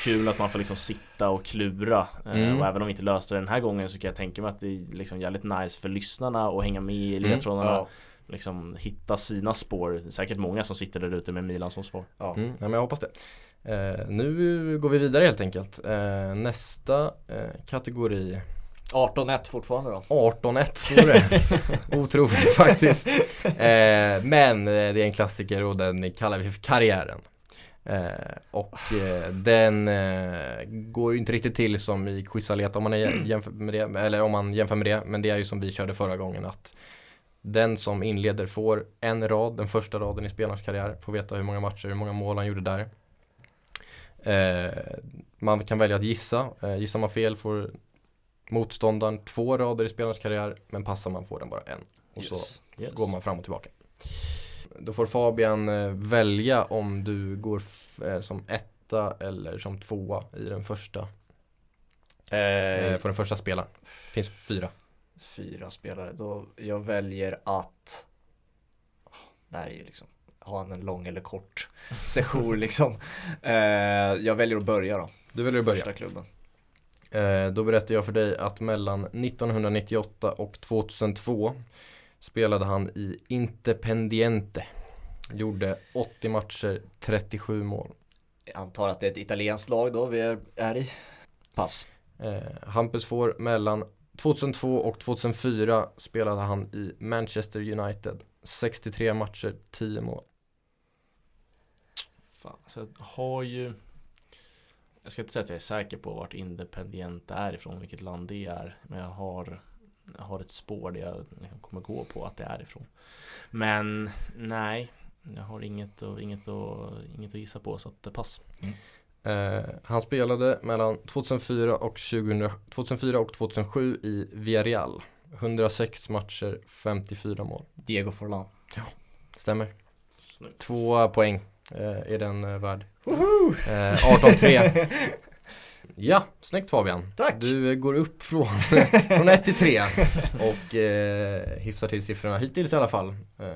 kul att man får liksom sitta och klura. Eh, Mm. Och även om vi inte löste det den här gången så kan jag tänka mig att det är liksom jävligt nice för lyssnarna att hänga med Mm. i ledtrådarna. Ja. Liksom hitta sina spår. Säkert många som sitter där ute med Milan som svar. Ja. Mm, ja, men jag hoppas det. Eh, nu går vi vidare helt enkelt. Eh, nästa eh, kategori 18-1 fortfarande då. 18-1 står det. Otroligt faktiskt. Eh, men eh, det är en klassiker och den kallar vi för karriären. Eh, och eh, den eh, går ju inte riktigt till som i quizaleta om man är jämför med det, eller om man jämför med det, men det är ju som vi körde förra gången att den som inleder får en rad, den första raden i spelarens karriär, får veta hur många matcher, hur många mål han gjorde där. Eh, man kan välja att gissa, eh, gissar man fel får motståndaren två rader i spelarens karriär, men passar man får den bara en. Och så Yes. går man fram och tillbaka. Då får Fabian eh, välja om du går f- eh, som etta eller som tvåa i den första, eh, på den första spelaren. Finns fyra. Fyra spelare. Då jag väljer att... Det här är ju liksom... Har han en lång eller kort session liksom? Eh, jag väljer att börja då. Du väljer att börja. Första klubben. Eh, Då berättar jag för dig att mellan 1998 och 2002 spelade han i Independiente. Gjorde 80 matcher, 37 mål. Jag antar att det är ett italienskt lag då vi är, är i. Pass. Eh, Hampus får mellan 2002 och 2004 spelade han i Manchester United. 63 matcher, 10 mål. Fan, så jag har ju Jag ska inte säga att jag är säker på vart Independent är ifrån, vilket land det är Men jag har Jag har ett spår där jag liksom kommer gå på att det är ifrån Men nej Jag har inget, och, inget, och, inget att gissa på så att det pass Eh, han spelade mellan 2004 och, 2000, 2004 och 2007 i Villarreal. 106 matcher, 54 mål. Diego Forlan. Stämmer. Snyggt. Två poäng eh, är den eh, värd. Eh, 18-3. ja, snyggt Fabian. Tack! Du eh, går upp från, från 1 till 3 och eh, hyfsar till siffrorna hittills i alla fall. Eh,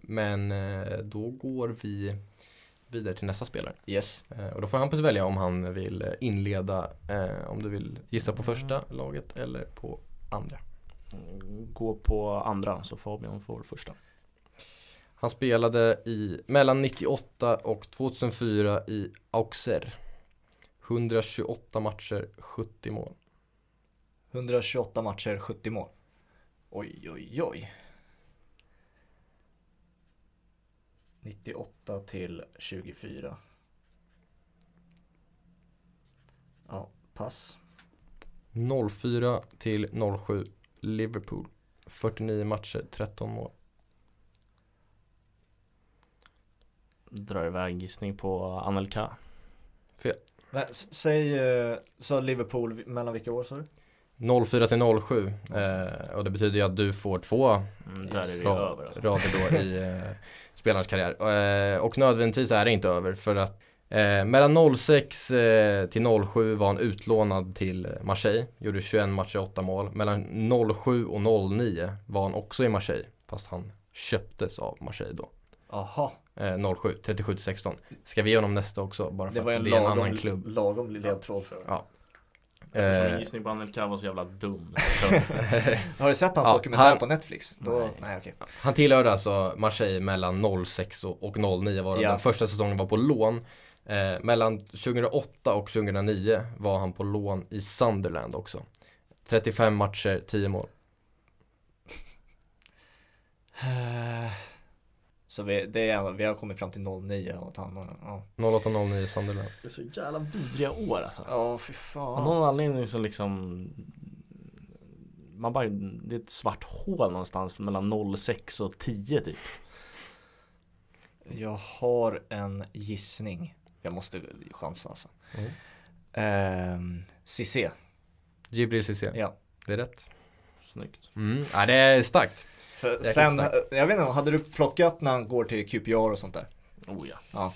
men eh, då går vi vidare till nästa spelare. Yes. Eh, och då får Hampus välja om han vill eh, inleda, eh, om du vill gissa på första laget eller på andra. Mm, Gå på andra så Fabian får första Han spelade i mellan 98 och 2004 i Auxerre. 128 matcher, 70 mål. 128 matcher, 70 mål. Oj, oj, oj. 98 till 24. Ja, pass. 04 till 07 Liverpool. 49 matcher, 13 mål. Drar iväg gissning på Anelka Fel. Men, s- säg, eh, sa Liverpool vi- mellan vilka år sa du? 04 till 07 eh, och det betyder ju att du får två mm, Där är vi Bra. över alltså. rader då i eh, spelarens karriär. Eh, och nödvändigtvis är det inte över för att eh, mellan 06 eh, till 07 var han utlånad till Marseille, gjorde 21 matcher 8 mål. Mellan 07 och 09 var han också i Marseille, fast han köptes av Marseille då. Aha, Eh, 07, 37 till 16. Ska vi honom nästa också bara det för var att en det är en lagom, annan klubb. lagom ledtråd. för mig. Ja. Eftersom min Eh, gissning på Anelka var så jävla dum så- Har du sett hans Ja, dokumentär han- på Netflix? Då, nej. Nej. okej. Han tillhörde alltså Marseille mellan 06 och och 09 var det. Ja. Den första säsongen var på lån. Eh, mellan 2008 och 2009 var han på lån i Sunderland också. 35 matcher, 10 mål. Eh, Så vi, det är, vi har kommit fram till 09 och att han, ja. 08-09 Sunderland. Det är så jävla vidriga år alltså Ja, fy Av någon anledning så liksom man bara, det är ett svart hål någonstans mellan 06 och 10 typ. Jag har en gissning. Jag måste chansa alltså. Mm. Ehm, Cissé. Djibril Cissé. Ja. Det är rätt. Snyggt. Mm. Ja, det är starkt. För Jäkligt sen, starkt. jag vet inte, hade du plockat när han går till QPR och sånt där? Oh ja. Ja.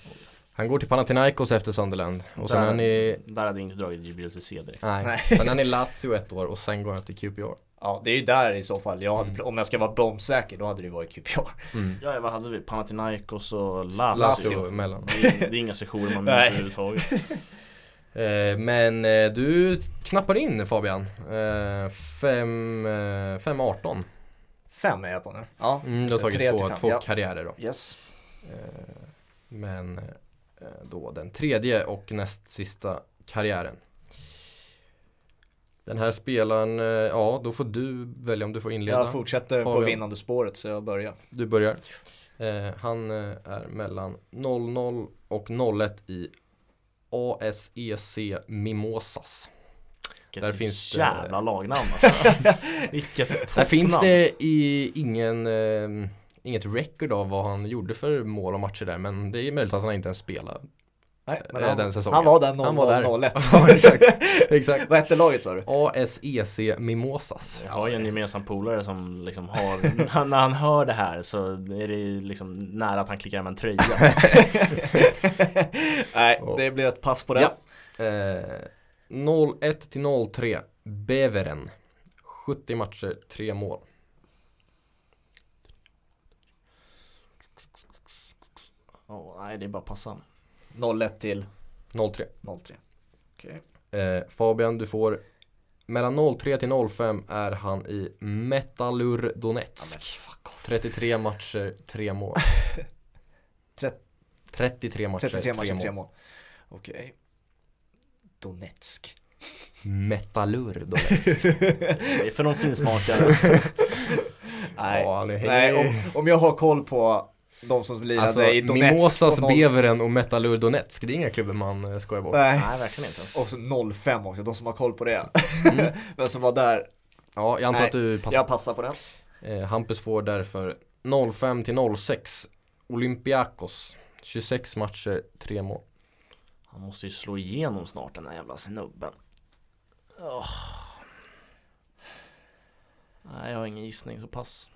Han går till Panathinaikos efter Sunderland. Och sen är han i... Där hade jag inte dragit Jibril Cissé direkt. Nej. Nej. Sen är han i Lazio ett år och sen går han till QPR. Ja, det är ju där i så fall. Jag Mm. hade, Om jag ska vara bombsäker, då hade det ju varit QPR. Ja, vad hade vi? Panathinaikos och Lazio. Lazio emellan. Det, är, det är inga sessioner man minns Nej. överhuvudtaget. Eh, Men eh, du knappar in Fabian. Eh, 5-18. Fem är jag på nu. Ja. Mm, du Tre har tagit till två, fem, två ja. karriärer då. Yes. Eh, Men eh, då den tredje och näst sista karriären. Den här spelaren, eh, ja då får du välja om du får inleda. Jag fortsätter på Fabian. vinnande spåret så jag börjar. Du börjar. Eh, han eh, är mellan 00 och 01 i ASEC Mimosas. Vilket Där finns det- jävla lagnamn alltså. Vilket Där toppnamn. finns det i ingen, eh, inget record av vad han gjorde för mål och matcher där, men det är möjligt att han inte ens spelade. Nej, Eh, han, den säsongen. han var den 0 Han var där. 0 01 Ja, exakt. Exakt. Vad hette laget sa du? ASEC E Mimosas. Jag har ju en gemensam polare som liksom har, han- när han hör det här så är det ju liksom nära att han klickar hem en tröja. Nej, Ja. det blir ett pass på det. Ja. Eh, 01 till 03, Beveren. 70 matcher, 3 mål. Åh, nej, det är bara att passa. 01 till 03. 03. Eh, Fabian, du får mellan 03 till 05 är han i Metalur Donetsk. 33 matcher, 3 mål. Tret- 33 matcher, 33 3 matcher, mål. 3 mål. Okej. Donetsk. Metalur Donetsk. Det är för någon finsmakare. Nej, Ja, han är- Nej om, om jag har koll på de som lirade Alltså, i Donetsk. Mimosas, på noll- Beveren och Metalur Donetsk, det är inga klubbar man eh, skojar bort. Nej, Nej, verkligen inte. och så 05 också, de som har koll på det. Men som var där, Ja, jag antar Nej, att du passar. jag passar på den. Eh, Hampus får därför 05 till 06 Olympiakos 26 matcher, 3 mål. Han måste ju slå igenom snart den här jävla snubben. Åh. Nej, jag har ingen gissning så pass.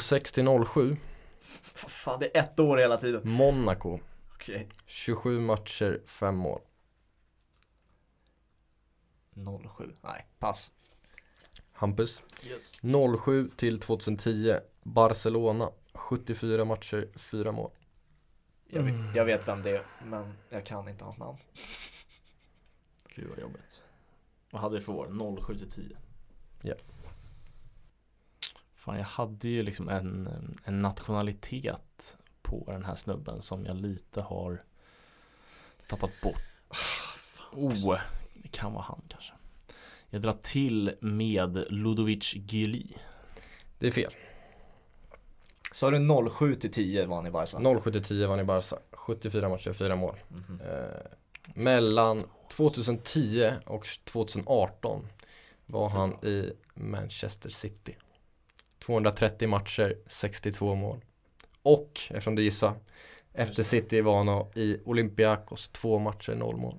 06 till 07 F- Fan, det är ett år hela tiden. Monaco Okej. 27 matcher, 5 mål. 07, nej, pass. Hampus 07 till 2010 Barcelona 74 matcher, 4 mål. Jag, vet- jag vet vem det är, men jag kan inte hans namn. Gud vad jobbigt. Vad hade vi för år? 07 till 10. Ja. Fan, jag hade ju liksom en, en nationalitet på den här snubben som jag lite har tappat bort. Ah, Oh, det kan vara han kanske. Jag drar till med Ludovic Gili. Det är fel. Sa du 07 till 10 var han i Barca? 07 till 10 vann i Barca 74 matcher, 4 mål. Mhm. Eh, mellan 2010 och 2018 var han i Manchester City. 230 matcher, 62 mål. Och, eftersom du gissar, efter City var han och- i Olympiakos två matcher, noll mål.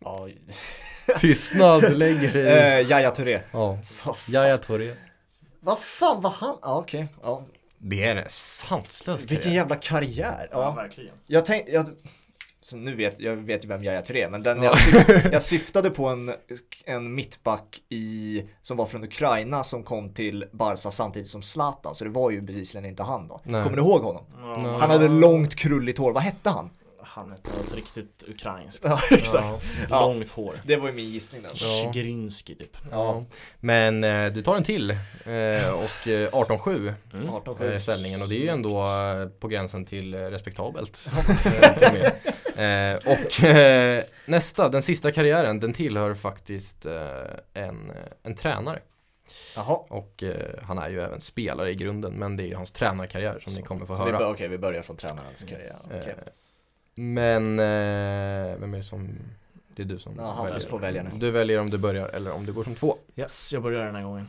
Ja, Tystnad lägger sig i. eh, Yahya Touré. Ja, Så fan. Yahya Touré. Vad fan var han? Ja, okej. Ja. Det är en sanslös Vilken jävla karriär. Ja. verkligen. Jag tänkte, jag, så nu vet jag vet ju vem Yahya Touré men den jag, syf, jag syftade på en, en mittback i, som var från Ukraina som kom till Barca samtidigt som Zlatan så det var ju bevisligen inte han då. Nej. Kommer du ihåg honom? Ja. Han hade långt krulligt hår, vad hette han? Ah, Han är något riktigt ukrainskt. Ja exakt. Ja, Ja. Långt hår. Det var ju min gissning där. Ja. Zjigrinskij typ. ja. Men eh, du tar en till eh, och eh, 18-7 Mm. 18 eh, sju. ställningen och det är ju ändå eh, på gränsen till eh, respektabelt. Eh, till och med. Eh, och eh, nästa, den sista karriären, den tillhör faktiskt eh, en, en tränare. Jaha. Och eh, han är ju även spelare i grunden, men det är ju hans tränarkarriär som ni kommer få Så Alltså, vi höra. bör, okej, vi börjar från tränarens karriär. Okej. Eh, Men, eh, vem är det som, det är du som Ja, Hampus får välja nu. Du väljer om du börjar eller om du går som två. Yes, jag börjar den här gången.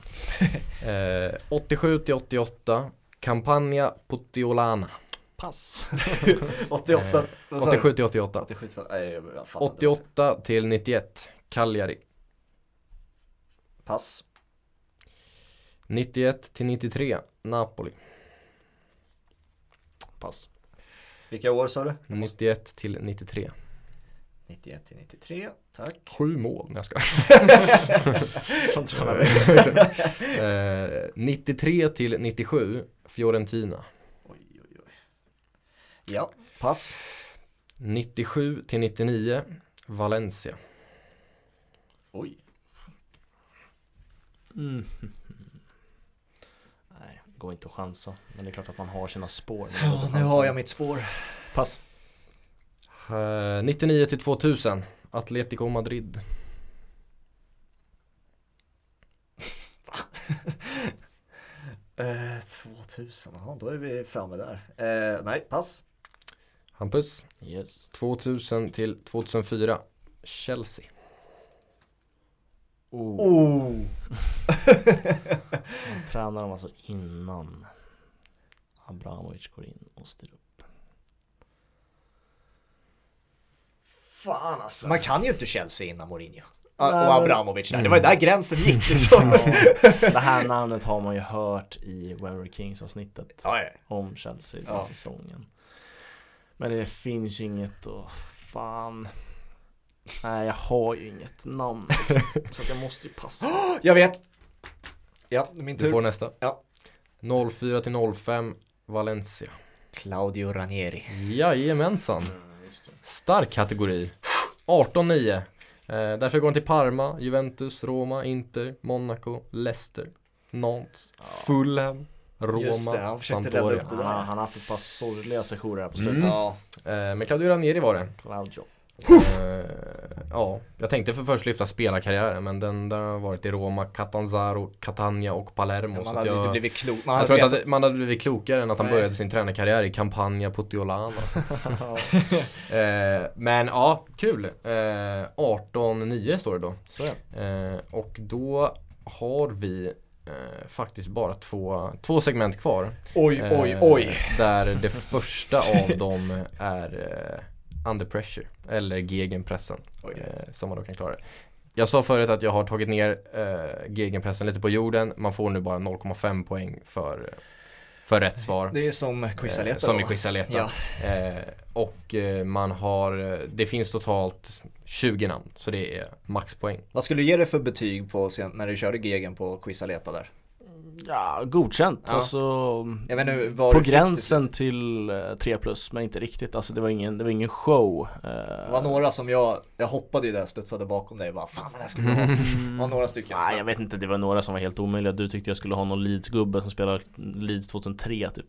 Eh, 87 till 88, Campagna Puttiolana. Pass. 88. vad sa du? 87 till 88. 87. Nej, jag fattar inte. 88 till 91, Cagliari. Pass. 91 till 93, Napoli. Pass. Vilka år sa du? 91 till 93. 91 till 93, tack. Sju mål, när jag ska. Från tränaren. eh, 93 till 97, Fiorentina. Oj, oj, oj. Ja, pass. 97 till 99, Valencia. Oj. Mm. Nej, går inte att chansa. Men det är klart att man har sina spår. men går Ja, inte att nu chansa. har jag mitt spår. Pass. Eh, 99 till 2000, Atletico Madrid. Eh, 2000, jaha, då är vi framme där. Eh, nej, pass. Hampus, Yes. 2000 till 2004, Chelsea. Oh, Oh! Tränar de alltså innan Abramovic går in och styr upp. Fan alltså. Man kan ju inte Chelsea innan Mourinho. Ah, Nej, men- Och Abramovic där. Det var ju där gränsen gick liksom. Det här namnet har man ju hört i Wever Kings avsnittet ja, ja. om Chelsea den Ja. säsongen. Men det finns ju inget och fan. Nej, jag har ju inget namn liksom, så att jag måste ju passa. Jag vet. Ja, min Du tur. får nästa. Ja. 04 till 05, Valencia. Claudio Ranieri. Jajamensan. Stark kategori. 18-9. Eh, därför går den till Parma, Juventus, Roma, Inter, Monaco, Leicester, Nantes, Fulham, Just Roma, det, han försökte rädda Sampdoria. upp det Han där. har, han har haft ett par sorgliga sessioner här på slutet. Mm. Ja. Eh, men Claudio Ranieri var det. Claudio. Eh, ja, jag tänkte för först lyfta spelarkarriären men den där har varit i Roma, Catanzaro, Catania och Palermo. Man så att hade ju jag, inte blivit klok. Man jag hade tror vetat. inte att man hade blivit klokare än att han Nej. började sin tränarkarriär i Campania Putiolana. Eh, men ja, kul. Eh, 18-9 står det då. Så är Eh, och då har vi eh, faktiskt bara två, två segment kvar. Oj, Eh, oj, oj. Där det första av dem är eh, Under Pressure, eller Gegenpressen, oj. eh, som man då kan klara det. Jag sa förut att jag har tagit ner eh, Gegenpressen lite på jorden. Man får nu bara 0,5 poäng för, för rätt svar. Det är som Eh, Quisaleta Som i då. Quisaleta. Ja. Eh, och eh, man har, eh, det finns totalt 20 namn, så det är maxpoäng. Vad skulle du ge det för betyg på sen, när du körde gegen på Quisaleta där? Ja, godkänt. Ja. Alltså, Jag vet inte vad på du fick gränsen till eh, 3 plus, men inte riktigt. Alltså det var ingen, det var ingen show. eh, Det till- Det var några som jag, jag hoppade ju där, studsade bakom dig och bara fan den här skulle jag ha. Det var några stycken. Nej, jag vet inte, det var några som var helt omöjliga. Du tyckte jag skulle ha någon Leeds-gubbe som spelar Leeds 2003 typ.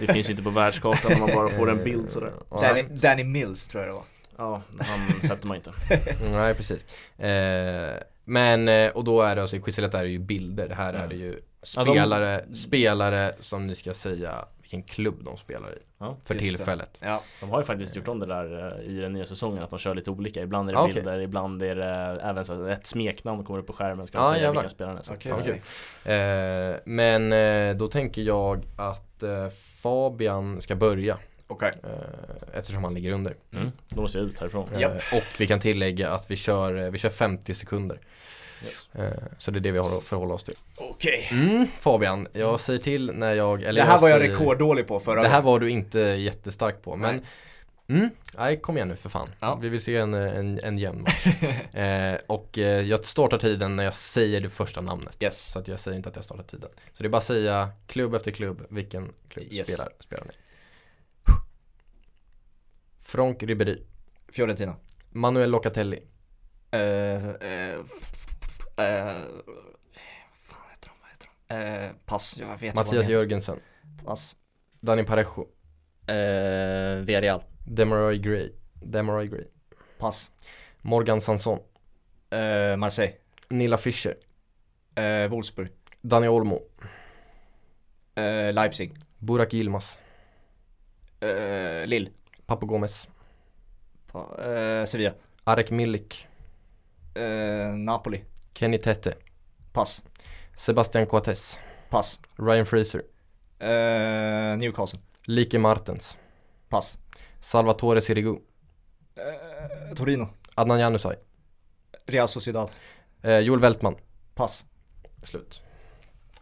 det finns ju inte på världskartan om man bara får en bild sådär. Danny, Danny Mills tror jag det var. Ja, han sätter man inte. Mm, Nej, precis. Eh, men, eh, och då är det alltså, i Quizlet är det ju bilder. Här Mm. är det ju Ja, de- spelare, spelare som ni ska säga vilken klubb de spelar i. Ja, för just det. tillfället. Ja. De har ju faktiskt gjort om det där eh, i den nya säsongen, att de kör lite olika. Ibland är det Ah, okej. bilder, ibland är det eh, även så att ett smeknamn kommer upp på skärmen, ska Ah, de säga jävlar. vilka spelarna är. Så Okej. Fan, vad kul. Eh, men eh, då tänker jag att eh, Fabian ska börja Okej. eh, eftersom han ligger under. Mm. Då måste jag ut härifrån. Eh, Japp. Och vi kan tillägga att vi kör, eh, vi kör 50 sekunder. Yes. Eh, så det är det vi har att förhålla oss till. Okej. Mm, Fabian, jag säger till när jag... Eller Det här var jag säger- rekorddålig på förra Det här gången. var du inte jättestark på, men mm, nej, kom igen nu för fan. Ja. Vi vill se en, en, en jämn match. eh, och eh, jag startar tiden när jag säger det första namnet. Yes. Så att jag säger inte att jag startar tiden. Så det är bara att säga klubb efter klubb, vilken klubb Yes. spelar, spelar ni? Franck Ribéry, Fiorentina. Manuel Locatelli, Eh, eh, eh, fan heter de, vad heter de? Eh, pass, jag vet vad Mattias de heter. Jörgensen, Pass. Dani Parejo, Eh, Villarreal. Demaroy Gray, Demaroy Gray, Pass. Morgan Sanson, Eh, Marseille. Nilla Fischer, Eh, Wolfsburg. Dani Olmo, Eh, Leipzig. Burak Yilmaz, Eh, Lille. Papo Gomez, Pa- eh, Sevilla. Arek Milik, Eh, Napoli. Kenny Tete, Pass. Sebastian Coates, Pass. Ryan Fraser, Eh, Newcastle. Like Martens, Pass. Salvatore Sirigu, Eh, Torino. Adnan Januzaj, Real Sociedad. eh, Joel Weltman. Pass. Slut.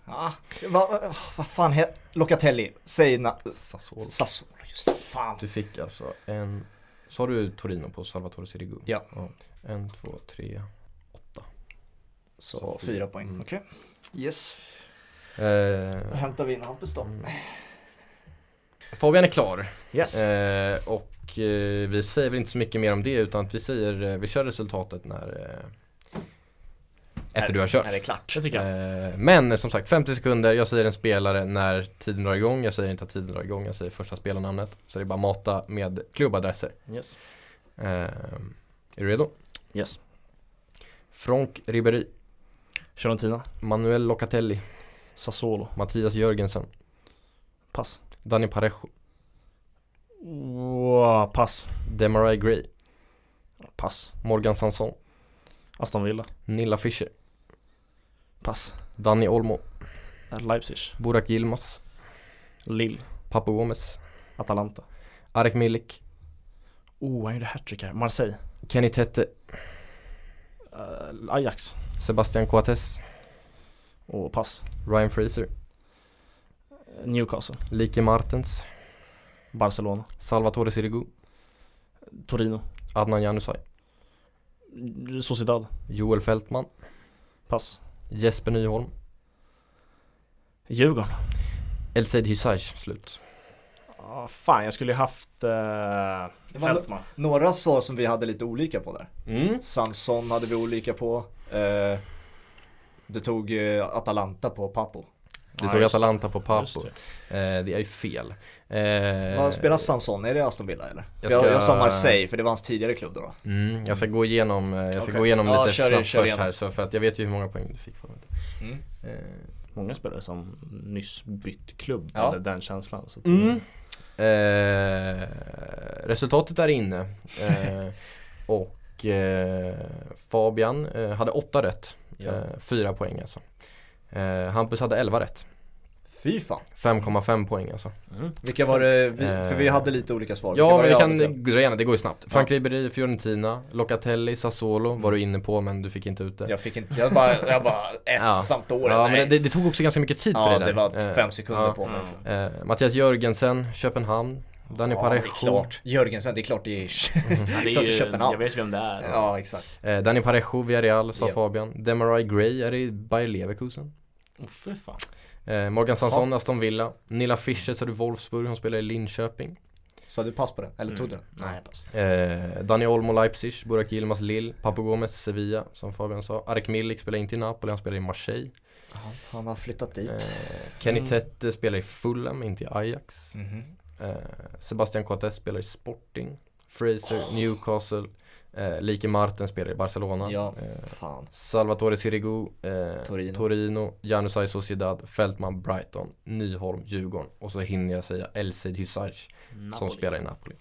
Ah, vad va, vad fan heter... Locatelli. Säg na- Sassuolo. Sassuolo, just det. Fan. Du fick alltså en... Sa du Torino på Salvatore Sirigu? Ja. En, två, tre, åtta. Så fyra poäng. Mm. Okej. Yes. Då Eh, hämtar vi in Hampus då. Fabian är klar. Yes. Eh, och Och eh, vi säger väl inte så mycket mer om det utan att vi säger, eh, vi kör resultatet när eh, efter du har kört. När det är klart. Det tycker jag. Eh, Men som sagt, 50 sekunder, jag säger en spelare när tiden drar igång, jag säger inte att tiden drar igång, jag säger första spelarnamnet. Så det är bara mata med klubbadresser. Yes. Eh, Är du redo? Yes. Franck Ribéry, Fiorentina. Manuel Locatelli, Sassuolo. Mattias Jörgensen, Pass. Dani Parejo, Wow, pass. Demarai Gray, Pass. Morgan Sanson, Aston Villa. Nilla Fischer, Pass. Danny Olmo, Eh, Leipzig. Burak Yilmaz, Lille. Papu Gomes, Atalanta. Arek Milik, Oh, han gjorde hattrick här. Marseille. Kenny Tette, Eh, Ajax. Sebastian Coates, Och pass. Ryan Fraser, Eh, Newcastle. Like Martens, Barcelona. Salvatore Sirigu, Torino. Adnan Januzaj, Sociedad. Joel Fältman, Pass. Jesper Nyholm, Djurgården. El Said Hysaj, slut. Ah, fan, jag skulle ju haft eh, Det var- Fältman. Några svar som vi hade lite olika på där. Mm. Sanson hade vi olika på. Eh, du tog eh, Atalanta på Papo. Du Ja, tog just Atalanta på Just Papo. det. Eh, det är ju fel. Eh, Vad spelar Sanson? Är det Aston Villa eller? Jag, jag jag, ska- jag sa Marseille för det var hans tidigare klubb då. då. Mm, jag ska gå igenom, eh, jag ska Okej. gå igenom Ja, lite kör snabbt i- kör först igen. här, så för att jag vet ju hur många poäng du fick. För det. Mm. Många spelare som nyss bytt klubb, Ja. eller den känslan. Så att, Mm. Eh, resultatet är inne. Eh, och eh, Fabian eh, hade åtta rätt. Eh, fyra poäng alltså. Eh, Hampus hade 11 rätt. Fy fan. 5,5 poäng alltså. Vilka var det? Vi, Eh. för vi hade lite olika svar. Vilka Ja, var men det vi jag kan hade? dra gärna, det går ju snabbt. Frank Ribéry, Fiorentina, Locatelli, Sassuolo var du inne på men du fick inte ut det. Jag fick inte, jag bara, jag bara S Ja. samt år. Ja, nej. men det, det tog också ganska mycket tid för ja, dig där. det var Eh, fem sekunder ja. på mig. Eh, Mattias Jörgensen, Köpenhamn, Danny Ja, det är Parejo. klart. Jörgensen, det är klart det är... Ja, det är klart ju, i Köpenhamn. jag vet vem det är. ja, exakt. Eh, Danny Parejo, Villarreal, sa Ja. Fabian. Demarai Gray är i Bayer Leverkusen. Åh, fy fan. Eh, Morgan Sanson, Aston Villa. Nilla Fischer sa du Wolfsburg, hon spelar i Linköping. Så du pass på den? Eller tog du den? Mm. Nej, pass. Eh, Dani Olmo, Leipzig. Burak Yilmaz, Lille. Papu Gomez, Sevilla, som Fabian sa. Arek Milik spelar inte i Napoli, han spelar i Marseille. Han, han har flyttat dit. Eh, Kenny Mm. Tette spelar i Fulham, inte i Ajax. Mm-hmm. Mhm. Eh, Sebastian Coates spelar i Sporting. Fraser, Oh. Newcastle. Eh, Like Martin spelar i Barcelona. Ja. Eh, Fan. Salvatore Sirigu, eh, Torino. Torino Janusaj Sociedad, Fältman Brighton, Nyholm Djurgården och så hinner jag säga El Said Hysaj som spelar i Napoli.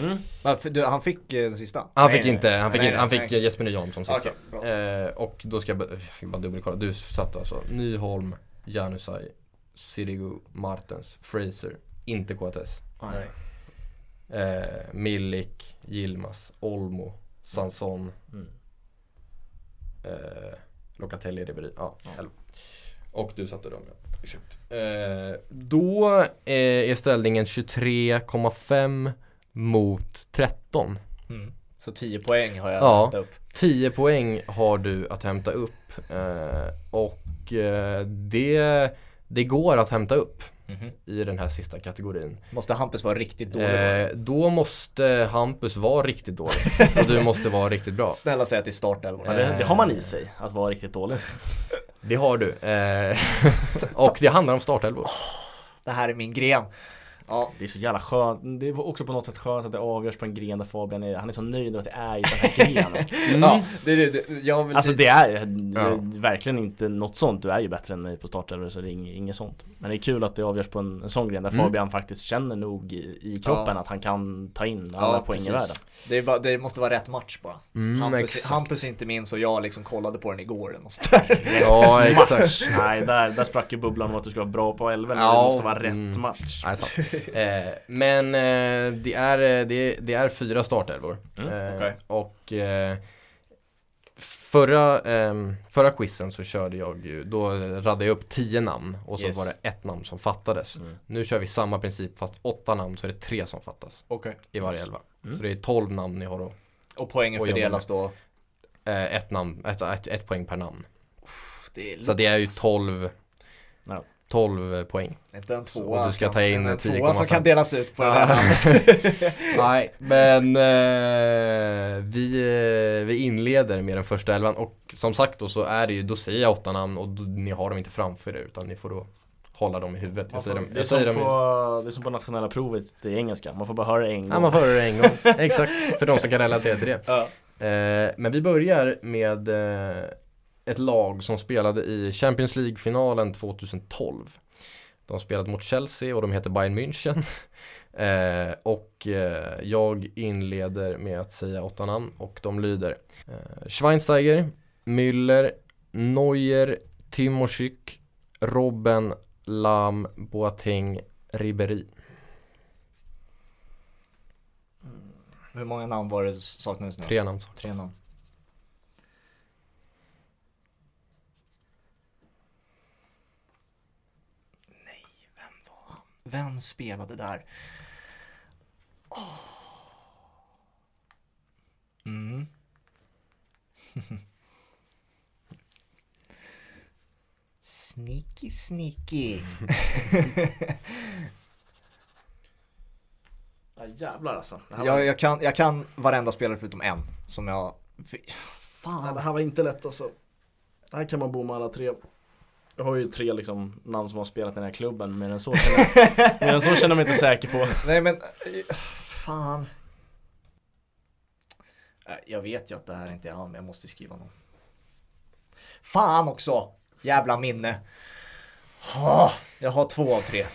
Mm. Varför, du, han fick eh, den sista? Han Nej, fick nej, inte, han nej. fick, Nej, inte, han nej, fick nej. eh, Jesper Nyholm som sista. Okej, bra. eh, och då ska jag, bara- jag fick bara dubbelkolla, du satt alltså Nyholm, Janusaj, Sirigu, Martens, Fraser, inte KTS. Nej. Eh, Milik, Yilmaz, Olmo, Sanson, Mm. eh, Locatelli, Ribéry. Ja, elva. Och du satte dem, ja. Exakt. Eh, då eh, är ställningen 23,5 mot 13. Mm. Så 10 poäng har jag Ja. hämtat upp. 10 poäng har du att hämta upp eh, och eh, det, det går att hämta upp Mm-hmm. Mhm. i den här sista kategorin. Måste Hampus vara riktigt dålig? då? Eh, då måste Hampus vara riktigt dålig och du måste vara riktigt bra. Snälla säg att det är startelvan. Ja, det, det har man i sig, att vara riktigt dålig. Det har du. Eh, och det handlar om startelvor. Det här är min gren. Ja. Det är så jävla skönt. Det är också på något sätt skönt att det avgörs på en gren där Fabian är, han är så nöjd över att det är just den här grenen. Mm. ja det, det, det, jag vill Alltså det är det är verkligen inte något sånt, du är ju bättre än mig på startelvor så det är ing- inget sånt Men det är kul att det avgörs på en, en sån gren där Mm. Fabian faktiskt känner nog i, i kroppen Ja. att han kan ta in alla poäng i världen Det, är bara, det måste vara rätt match bara. Mm, Hampus, exakt. Hampus är inte min så jag liksom kollade på den igår eller något sånt där. Ja, exakt. Nej, där, där sprack ju bubblan om att du ska vara bra på elven, Ja. det måste vara rätt Mm. match Nej, sant. Eh, men eh, det, är, eh, det, det är fyra startelvor. Mm, eh, okej. Och eh, förra, ehm, förra quizen så körde jag ju, då radde jag upp tio namn och så Yes. var det ett namn som fattades. Mm. Nu kör vi samma princip fast åtta namn så är det tre som fattas Okej. i varje elva. Mm. Så det är tolv namn ni har då. Och poängen Och jobba fördelas då. Eh, ett, namn, ett, ett, ett poäng per namn. Det är Så det är ju 12, Ja. 12 poäng. Inte en Så tvåa. du ska ta in en 10,5. tvåa som kan delas ut på Ja. en annan. Nej, men eh, vi, eh, vi inleder med den första elvan och som sagt då så är det ju, då säger jag åtta namn och då, ni har dem inte framför er utan ni får då hålla dem i huvudet. Jag Man får, säger dem, det, är jag som säger dem på, i, det är som på nationella provet i engelska, man får bara höra det en ja, gång. man får höra det en gång. Exakt, för de som kan relatera till det. Ja. Eh, men vi börjar med eh, ett lag som spelade i Champions League-finalen 2012. De spelade mot Chelsea och de heter Bayern München. Eh, och eh, jag inleder med att säga åtta namn och de lyder eh, Schweinsteiger, Müller, Neuer, Timoszyk, Robben, Lam, Boateng, Ribéry. Hur många namn var det som saknades nu? Tre namn. Tre namn. Nej, vem var han? Vem spelade där? Åh. Mm. sneaky, sneaky. Ja, jävlar alltså. Det här, var, Jag, jag, kan, jag kan varenda spelare förutom en som jag... ja, det Fan. här var inte lätt alltså. Det här kan man bomma alla tre. Jag har ju tre liksom, namn som har spelat i den här klubben, men än så känner jag, mer än så känner jag mig inte säker på. Nej men, eh, fan. Eh, Jag vet ju att det här inte är han, men jag måste ju skriva någon. Fan också! Jävla minne. Ah, jag har två av tre.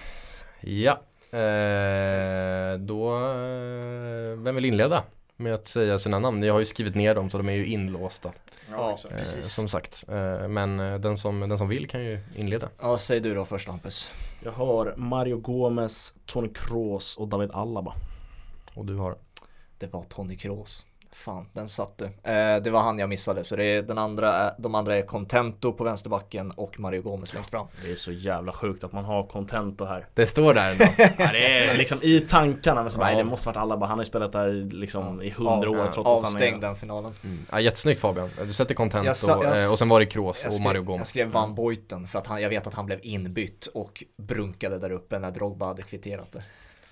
Ja, eh, då, eh, vem vill inleda med att säga sina namn? Jag har ju skrivit ner dem så de är ju inlåsta. Ja, Eh, precis. som sagt, eh, men eh, den som, den som vill kan ju inleda. Ja, säg du då först Hampus. Jag har Mario Gomez, Tony Kroos och David Alaba. Och du har. Det var Tony Kroos. Fan, den satt du. Eh, det var han jag missade, så det är den andra, är- de andra är Contento på vänsterbacken och Mario Gomez längst fram. Det är så jävla sjukt att man har Contento här. Det står där ändå. Ja, det är liksom i tankarna, men så bara, Ja. nej, det måste varit Alaba, han har ju spelat där liksom i hundra år trots att han Avstängd är... den finalen. ja, jättesnyggt Fabian. Du sätter Jag content sa- och, jag s- eh, och sen var det Kroos Jag och skrev, Mario Jag Gomez. skrev Van Boyten för att han, jag vet att han blev inbytt och brunkade där uppe när Drogba hade kvitterat det.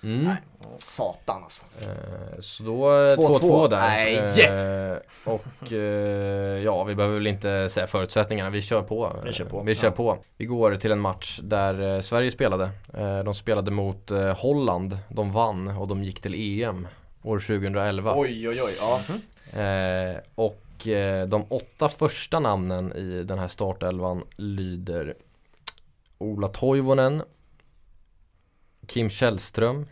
Mm. Satan alltså. Eh, Så då eh, 2-2. 2-2 där. Nej. Eh, Och eh, ja, vi behöver väl inte säga förutsättningarna. Vi kör på. Vi kör på. Vi kör Ja. på. Vi går till en match där eh, Sverige spelade. Eh, De spelade mot eh, Holland. De vann och de gick till EM år 2011. Oj oj oj, ja. Eh, och eh, de åtta första namnen i den här startelvan lyder Ola Toivonen, Kim Källström,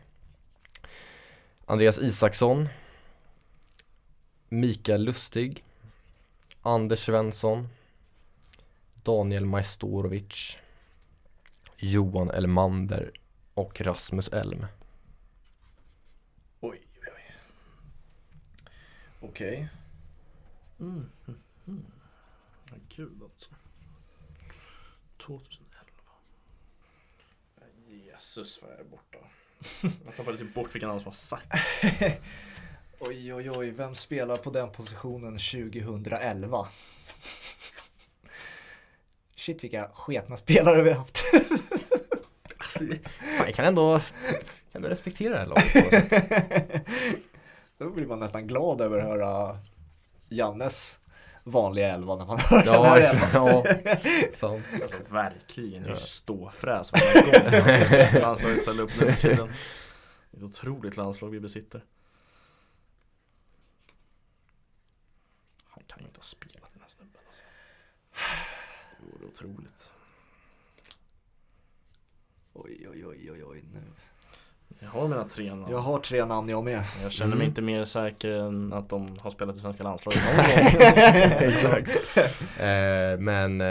Andreas Isaksson, Mikael Lustig, Anders Svensson, Daniel Majstorovic, Johan Elmander och Rasmus Elm. Oj oj oj. Okej. Kul alltså. 2011. Jesus vad jag är borta. Jag tappade typ bort vilka namn som var sagt. Oj oj oj, vem spelar på den positionen 2011? Shit vilka sketna spelare vi har haft. Fan, jag kan ändå, kan ändå respektera det här laget på något sätt. Då blir man nästan glad över att höra Jannes vanliga elva när man hör den Ja, här elvan. exakt. Ja, sant. Alltså verkligen, det är ju ståfräs varje gång. Alltså, det är landslaget ställer upp nu för tiden. Det är ett otroligt landslag vi besitter. Han kan ju inte ha spelat den här snubben alltså. Jo, det är otroligt. Oj oj oj oj oj nu. Jag har mina tre namn. Jag har tre namn jag med. Jag känner mig Mm. inte mer säker än att de har spelat i svenska landslaget någon gång. Exakt. Eh, men eh,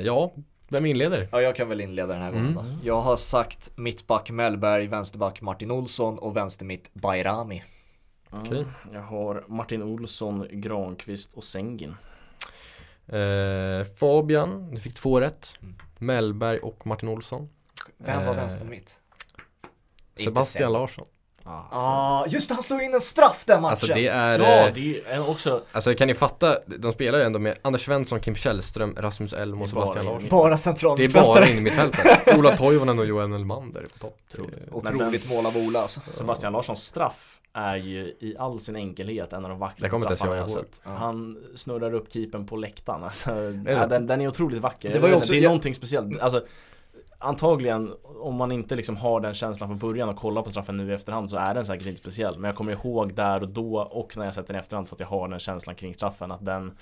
ja, vem inleder? Ja, jag kan väl inleda den här gången Mm. då. Jag har sagt mittback Mellberg, vänsterback Martin Olsson och vänstermitt Bayrami. Okej. Jag har Martin Olsson, Granqvist och Sengin. Eh, Fabian, du fick två rätt. Mm. Mellberg och Martin Olsson. Vem var Eh, vänstermitt? Inte Sebastian Sen- Larsson. Ah, just det, han slog in en straff den matchen! Alltså det är... Ja, eh, det är ju en- också... Alltså kan ni fatta, de spelar ju ändå med Anders Svensson, Kim Källström, Rasmus Elm Det är och Sebastian bara- Larsson. Bara Det är bara centralmittfältare. in i mittfältet. Ola Toivonen och Johan Elmander på topp. Eh, Otroligt mål av Ola alltså. Sebastian Larssons straff är ju i all sin enkelhet en av de Det vackraste kommer inte ens straffarna jag har jag ihåg. sett. Han snurrar upp keepern på läktaren. Alltså, det? ja, den, den är otroligt vacker. Det Det, var ju också- det är jag- någonting speciellt. Alltså, antagligen, om man inte liksom har den känslan från början och kollar på straffen nu i efterhand så är den säkert inte speciell. Men jag kommer ihåg där och då och när jag sett den i efterhand för att jag har den känslan kring straffen att den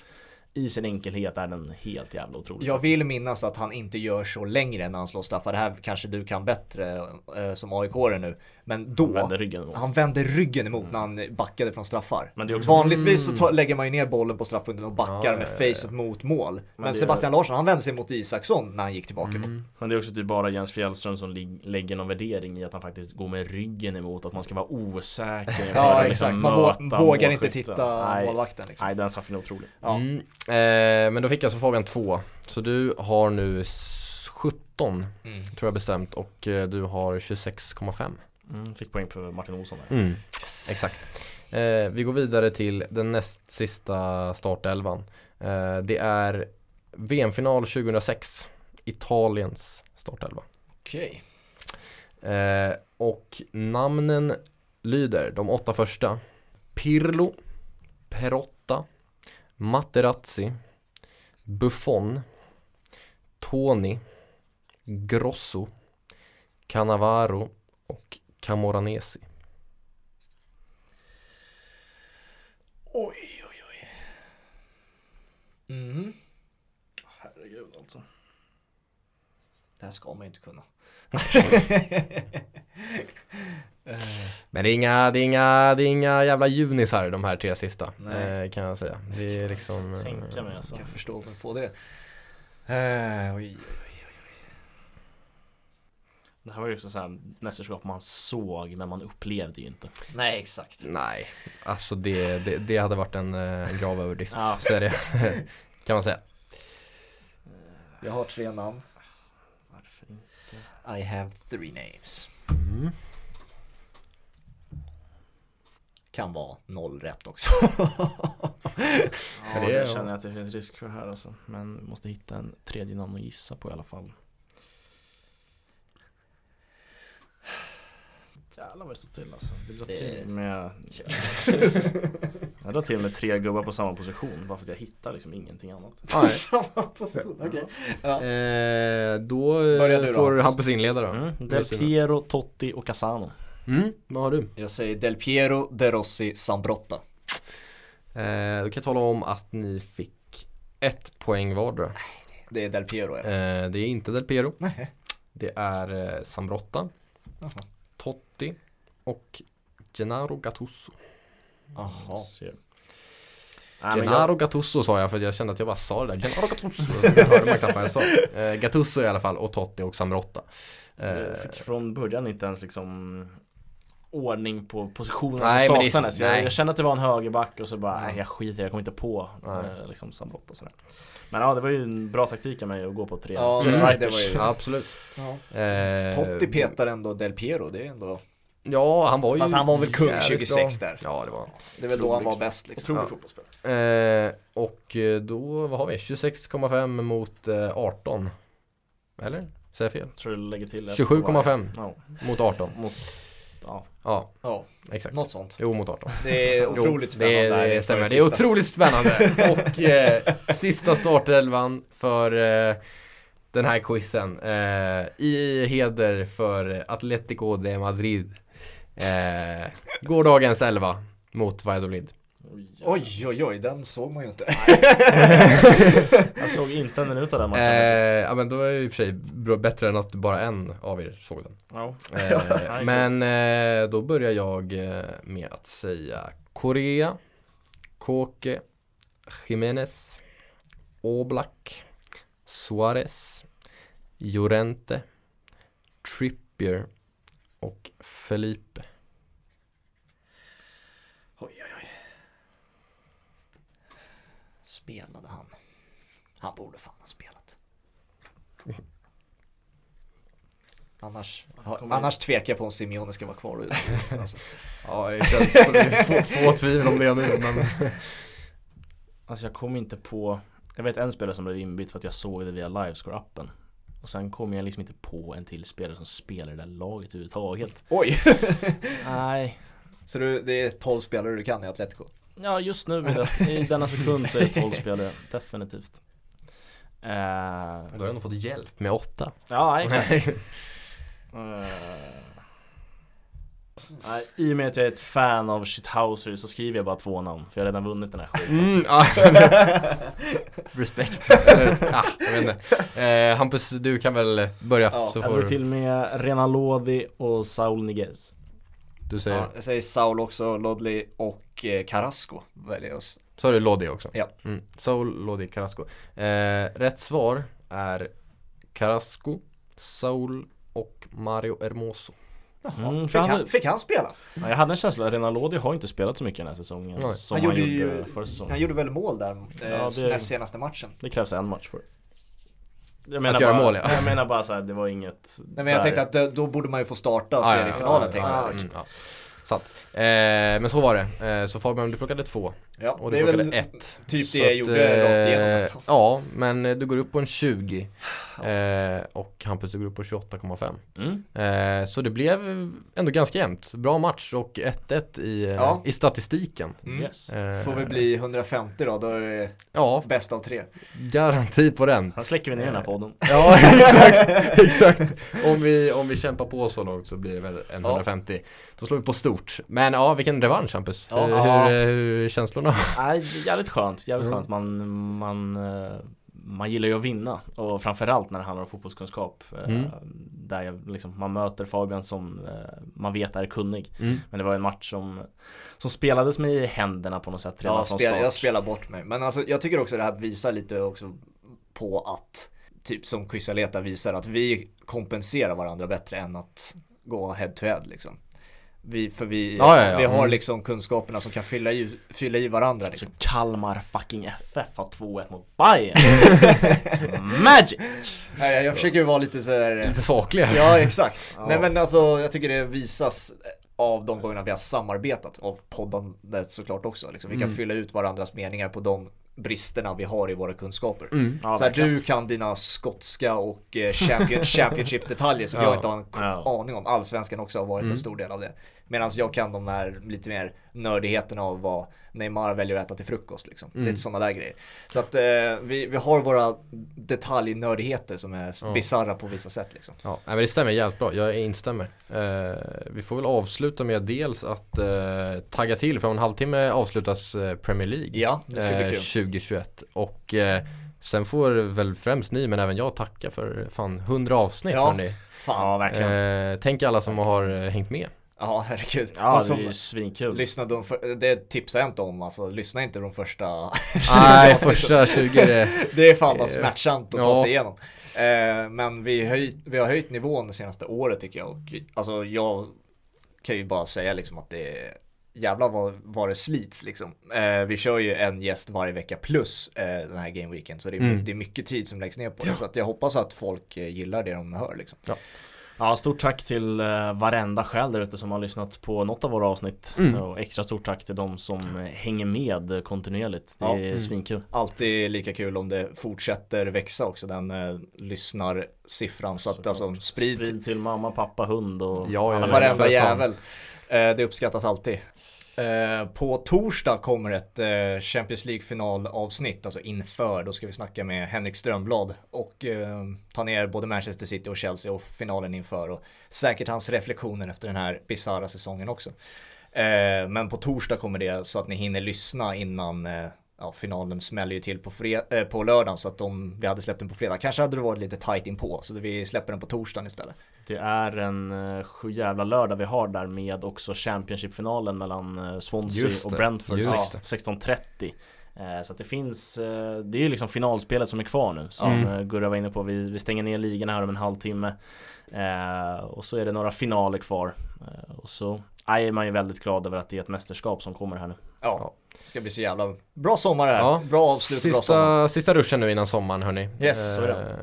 i sin enkelhet är den helt jävla otrolig. Jag vill minnas att han inte gör så längre när han slår straffar. Det här kanske du kan bättre eh, som aik nu. Men då, Han vänder ryggen emot. han vände ryggen emot när han backade från straffar. Men det är också- Mm. Vanligtvis så tar, lägger man ju ner bollen på straffpunkten och backar Ja, med ja, ja, ja. facet mot mål. Men, det- Sebastian Larsson, han vände sig mot Isaksson när han gick tillbaka. Mm. Men det är också typ bara Jens Fjällström som lig- lägger någon värdering i att han faktiskt går med ryggen emot att man ska vara osäker inför Ja, att exakt. Man liksom möta vå- vågar inte målskytten. titta Nej, målvakten. Liksom. nej den straffen är otrolig. Ja. Mm. Eh, men då fick jag alltså frågan två. Så du har nu s- 17, Mm. tror jag bestämt, och eh, du har 26,5. Mm, fick poäng för Martin Olsson där. Mm. Exakt. Eh, vi går vidare till den näst sista startelvan. Eh, det är VM-final 2006, Italiens startelva. Okej. Eh, och namnen lyder, de åtta första. Pirlo, Perotta, Materazzi, Buffon, Tony, Grosso, Cannavaro och Camoranesi. Oj, oj, oj. Mm. Herregud alltså. Det här ska man ju inte kunna. Men det är inga, det är inga, det är inga jävla junisar de här tre sista Nej. eh, kan jag säga. Det är liksom... Mm. eh, Tänka mig alltså. Jag förstår mig på det. Eh, oj, Det här var ju också såhär mästerskap man såg men man upplevde ju inte. Nej, exakt. Nej, alltså det, det, det hade varit en, eh, en grav överdrift. Ja. Så är det, kan man säga. Jag har tre namn. Varför inte? I have three names. Kan vara noll rätt också. Ja, det är- det känner jag att det finns risk för här alltså. Men vi måste hitta en tredje namn att gissa på i alla fall. Jävlar vad det står till alltså. Det drar Det- till med... jag drar till med tre gubbar på samma position bara för att jag hittar liksom ingenting annat. Nej. Samma position, okej. Eh, då eh, Börja du då, får Hampus. Hampus inleda då. Mm. Med Del sina. Piero, Totti och Casano. Mm, vad har du? Jag säger Del Piero, De Rossi, Sambrotta. Eh, då kan jag tala om att ni fick ett poäng vardera. Det är Del Piero ja. Eh, det är inte Del Piero. Nej. Det är eh, Sambrotta, Jaha. Totti och Gennaro Gattuso. Jaha. Se. Nej, men jag, Gennaro Gattuso sa jag för att jag kände att jag bara sa det där. Gennaro Gattuso. Det hörde man knappt vad jag sa. Eh, Gattuso i alla fall och Totti och Sambrotta. Eh, jag fick från början inte ens liksom ordning på positionen Nej, som men det är- saknades. Jag, nej. jag kände att det var en högerback och så bara, Ja. nej jag skiter jag kommer inte på Nej. eh, liksom Sambrotta sådär. Men ja, det var ju en bra taktik av mig att gå på tre, Ja, tre det var strikers. ju- ja, absolut. Ja. Eh, Totti petar ändå Del Piero, det är ändå... Ja, han var ju Fast han var väl kung jävligt 26 bra. där. Ja, det var han. Det är väl då han var bäst liksom. Otrolig Ja. fotbollsspelare. Eh, och eh, då, vad har vi? 26,5 mot eh, 18. Eller? Säger jag fel? Jag tror du lägger till ett 27,5 på varje. mot 18. Ja, mot, ja. Ja, Ja, exakt. något sånt. Jo, mot 18. Det är otroligt jo, det, spännande. här det, inför stämmer. Det är sista. otroligt spännande. och eh, sista startelvan för eh, den här quizen. Eh, I heder för Atletico de Madrid. Eh, gårdagens elva mot Valladolid. Oj, oj, oj, den såg man ju inte. Jag såg inte en minut av den Eh, matchen faktiskt. ja, men då är det i och för sig bra- bättre än att bara en av er såg den. Ja. Eh, men eh, då börjar jag eh, med att säga Korea, Koke, Jimenez, Oblak, Suarez, Llorente, Trippier och Felipe. Spelade han? Han borde fan ha spelat. Annars, annars tvekar jag på om Simeone ska vara kvar. och ut. Alltså. Ja, det känns som det är få, få tvivel om det nu. Men... Alltså jag kom inte på Jag vet en spelare som blev inbytt för att jag såg det via Livescore-appen Och sen kom jag liksom inte på en till spelare som spelar i det där laget överhuvudtaget Oj! Nej Så du, det är 12 spelare du kan i Atletico? Ja just nu i det- i denna sekund så är det 12 spelare Definitivt Eh, Då har jag nog fått hjälp med åtta. Ja exakt Eh, nej, I och med att jag är ett fan av Shithouser så skriver jag bara två namn För jag har redan vunnit den här skiten Mm, ah, respekt. ah, jag vet inte. Eh, Hampus, du kan väl börja Ja, så Jag får går du. till med Renalodi och Saul Niguez Du säger, Ja, jag säger Saul också, Lodley och eh, Carrasco väljer jag. sa du Lodi också? Ja. Mm. Saul Lodi Carrasco. Eh, rätt svar är Carrasco, Saul och Mario Hermoso. Mm, för Fick han- han, fick han spela? Ja, Jag hade en känsla att Renalodi har inte spelat så mycket den här säsongen Nej. som Han han, gjorde gjorde, ju- förra säsongen. Han gjorde väl mål där, eh, Ja, det- näst senaste matchen. Det krävs en match för. Jag Att göra bara, mål, ja. Jag menar bara så här, det var inget... Nej men jag tänkte att eh, då, då borde man ju få starta seriefinalen tänkte jag. Mm, Ah, ja. Sant. Eh, men så var det. Eh, så Fabian, du plockade två. Ja, Och det du är plockade väl ett. typ det Så jag att, gjorde rakt igenom eh, nästan. Ja, men eh, du går upp på en 20. Eh, och Hampus, du går upp på 28,5. Mm. Eh, så det blev ändå ganska jämnt. Bra match och 1-1 i, eh, Ja. i statistiken. Mm. Yes. Eh, Får vi bli 150 då, då är det Ja, bäst av tre. garanti på den. Sen släcker vi ner den Eh. här podden. Ja, exakt. exakt. Om, vi, om vi kämpar på så långt så blir det väl en Ja. 150. Då slår vi på stort. Men ja, vilken revansch Hampus. Ja. Eh, Hur, eh, hur är känslorna? Nej, jävligt skönt. Jävligt Mm. skönt. Man, man, eh, man gillar ju att vinna. Och framförallt när det handlar om fotbollskunskap. eh, Mm. Där jag, liksom, man möter Fabian som eh, man vet är kunnig. Mm. Men det var en match som, som spelades med i händerna på något sätt redan Jag, från spel, start. jag spelar bort mig. Men alltså, jag tycker också det här visar lite också på att, typ som Quisaleta visar, att vi kompenserar varandra bättre än att gå head to head liksom. Vi, för vi, Ja, ja, ja. vi har Mm. liksom kunskaperna som kan fylla i, fylla i varandra. Så Liksom. Kalmar fucking FF har 2-1 mot Bayern Magic! Nej, jag, jag försöker ju vara lite så här. Lite sakliga. Ja, exakt. Nej men alltså jag tycker det visas av de gångerna vi har samarbetat och poddandet såklart också. Liksom. Vi kan fylla ut varandras meningar på de bristerna vi har i våra kunskaper. Ja, så här, verkligen. du kan dina skotska och eh, champion, championship-detaljer som jag inte har en k- Ja. aning om. Allsvenskan också har varit en stor del av det. Medan jag kan de här lite mer nördigheterna av vad Neymar väljer att äta till frukost. Liksom. Lite sådana där grejer. Så att eh, vi, vi har våra detaljnördigheter som är s- bisarra på vissa sätt. Liksom. Ja, nej, men det stämmer jävligt bra. Jag instämmer. Eh, vi får väl avsluta med dels att eh, tagga till för om en halvtimme avslutas eh, Premier League. Ja, det ska bli eh, kul. 2021. Och eh, sen får väl främst ni, men även jag, tacka för fan 100 avsnitt Ja. hörni. Fan. Ja verkligen Eh, tänk alla som har eh, hängt med. Ja, herregud. Ja De det som är ju svinkul lyssnade de för, det tipsar jag inte om alltså. Lyssna inte de första. Nej, första 20 är det- det är fan vad smärtsamt att ta Ja. sig igenom. Eh, men vi, höj, vi har höjt nivån det senaste året tycker jag. Och, alltså jag kan ju bara säga liksom att det är jävlar vad, vad det slits liksom. Eh, vi kör ju en gäst varje vecka plus eh, den här gameweeken. Så det är, Mm. det är mycket tid som läggs ner på det. Så att jag hoppas att folk eh, gillar det de hör liksom. Ja stort tack till eh, varenda själ där ute som har lyssnat på något av våra avsnitt Mm. Och extra stort tack till de som eh, hänger med eh, kontinuerligt Det Ja. är Mm. svinkul Alltid lika kul om det fortsätter växa också den eh, lyssnarsiffran så att alltså sprid, Sprid till mamma, pappa, hund och Ja, ja, ja. varenda För fan. jävel. Eh, det uppskattas alltid. Eh, på torsdag kommer ett eh, Champions League finalavsnitt, alltså inför. Då ska vi snacka med Henrik Strömblad och eh, ta ner både Manchester City och Chelsea och finalen inför och säkert hans reflektioner efter den här bisarra säsongen också. Eh, men på torsdag kommer det så att ni hinner lyssna innan eh, ja, finalen smäller ju till på, fre- eh, på lördagen så att om vi hade släppt den på fredag kanske hade det varit lite tight inpå så vi släpper den på torsdagen istället. Det är en eh, sju jävla lördag vi har där med också Championship-finalen mellan eh, Swansea Just och det, Brentford just ja, det. 16.30 Eh, Så att det finns, eh, det är ju liksom finalspelet som är kvar nu som Mm. mm. Gurra var inne på. Vi, vi stänger ner ligan här om en halvtimme Eh, Och så är det några finaler kvar Eh, Och så nej, är man ju väldigt glad över att det är ett mästerskap som kommer här nu Ja, Ja. det ska bli så jävla bra sommar det här. Ja. Bra avslut, bra sommar. Sista, sista ruschen nu innan sommaren hörni. Eh, Yes, så är det.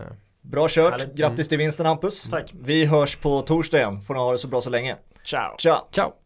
Bra kört, Härligt. grattis till vinsten Hampus. Tack. Vi hörs på torsdag igen, får ni ha det så bra så länge. Ciao! Tja! Ciao!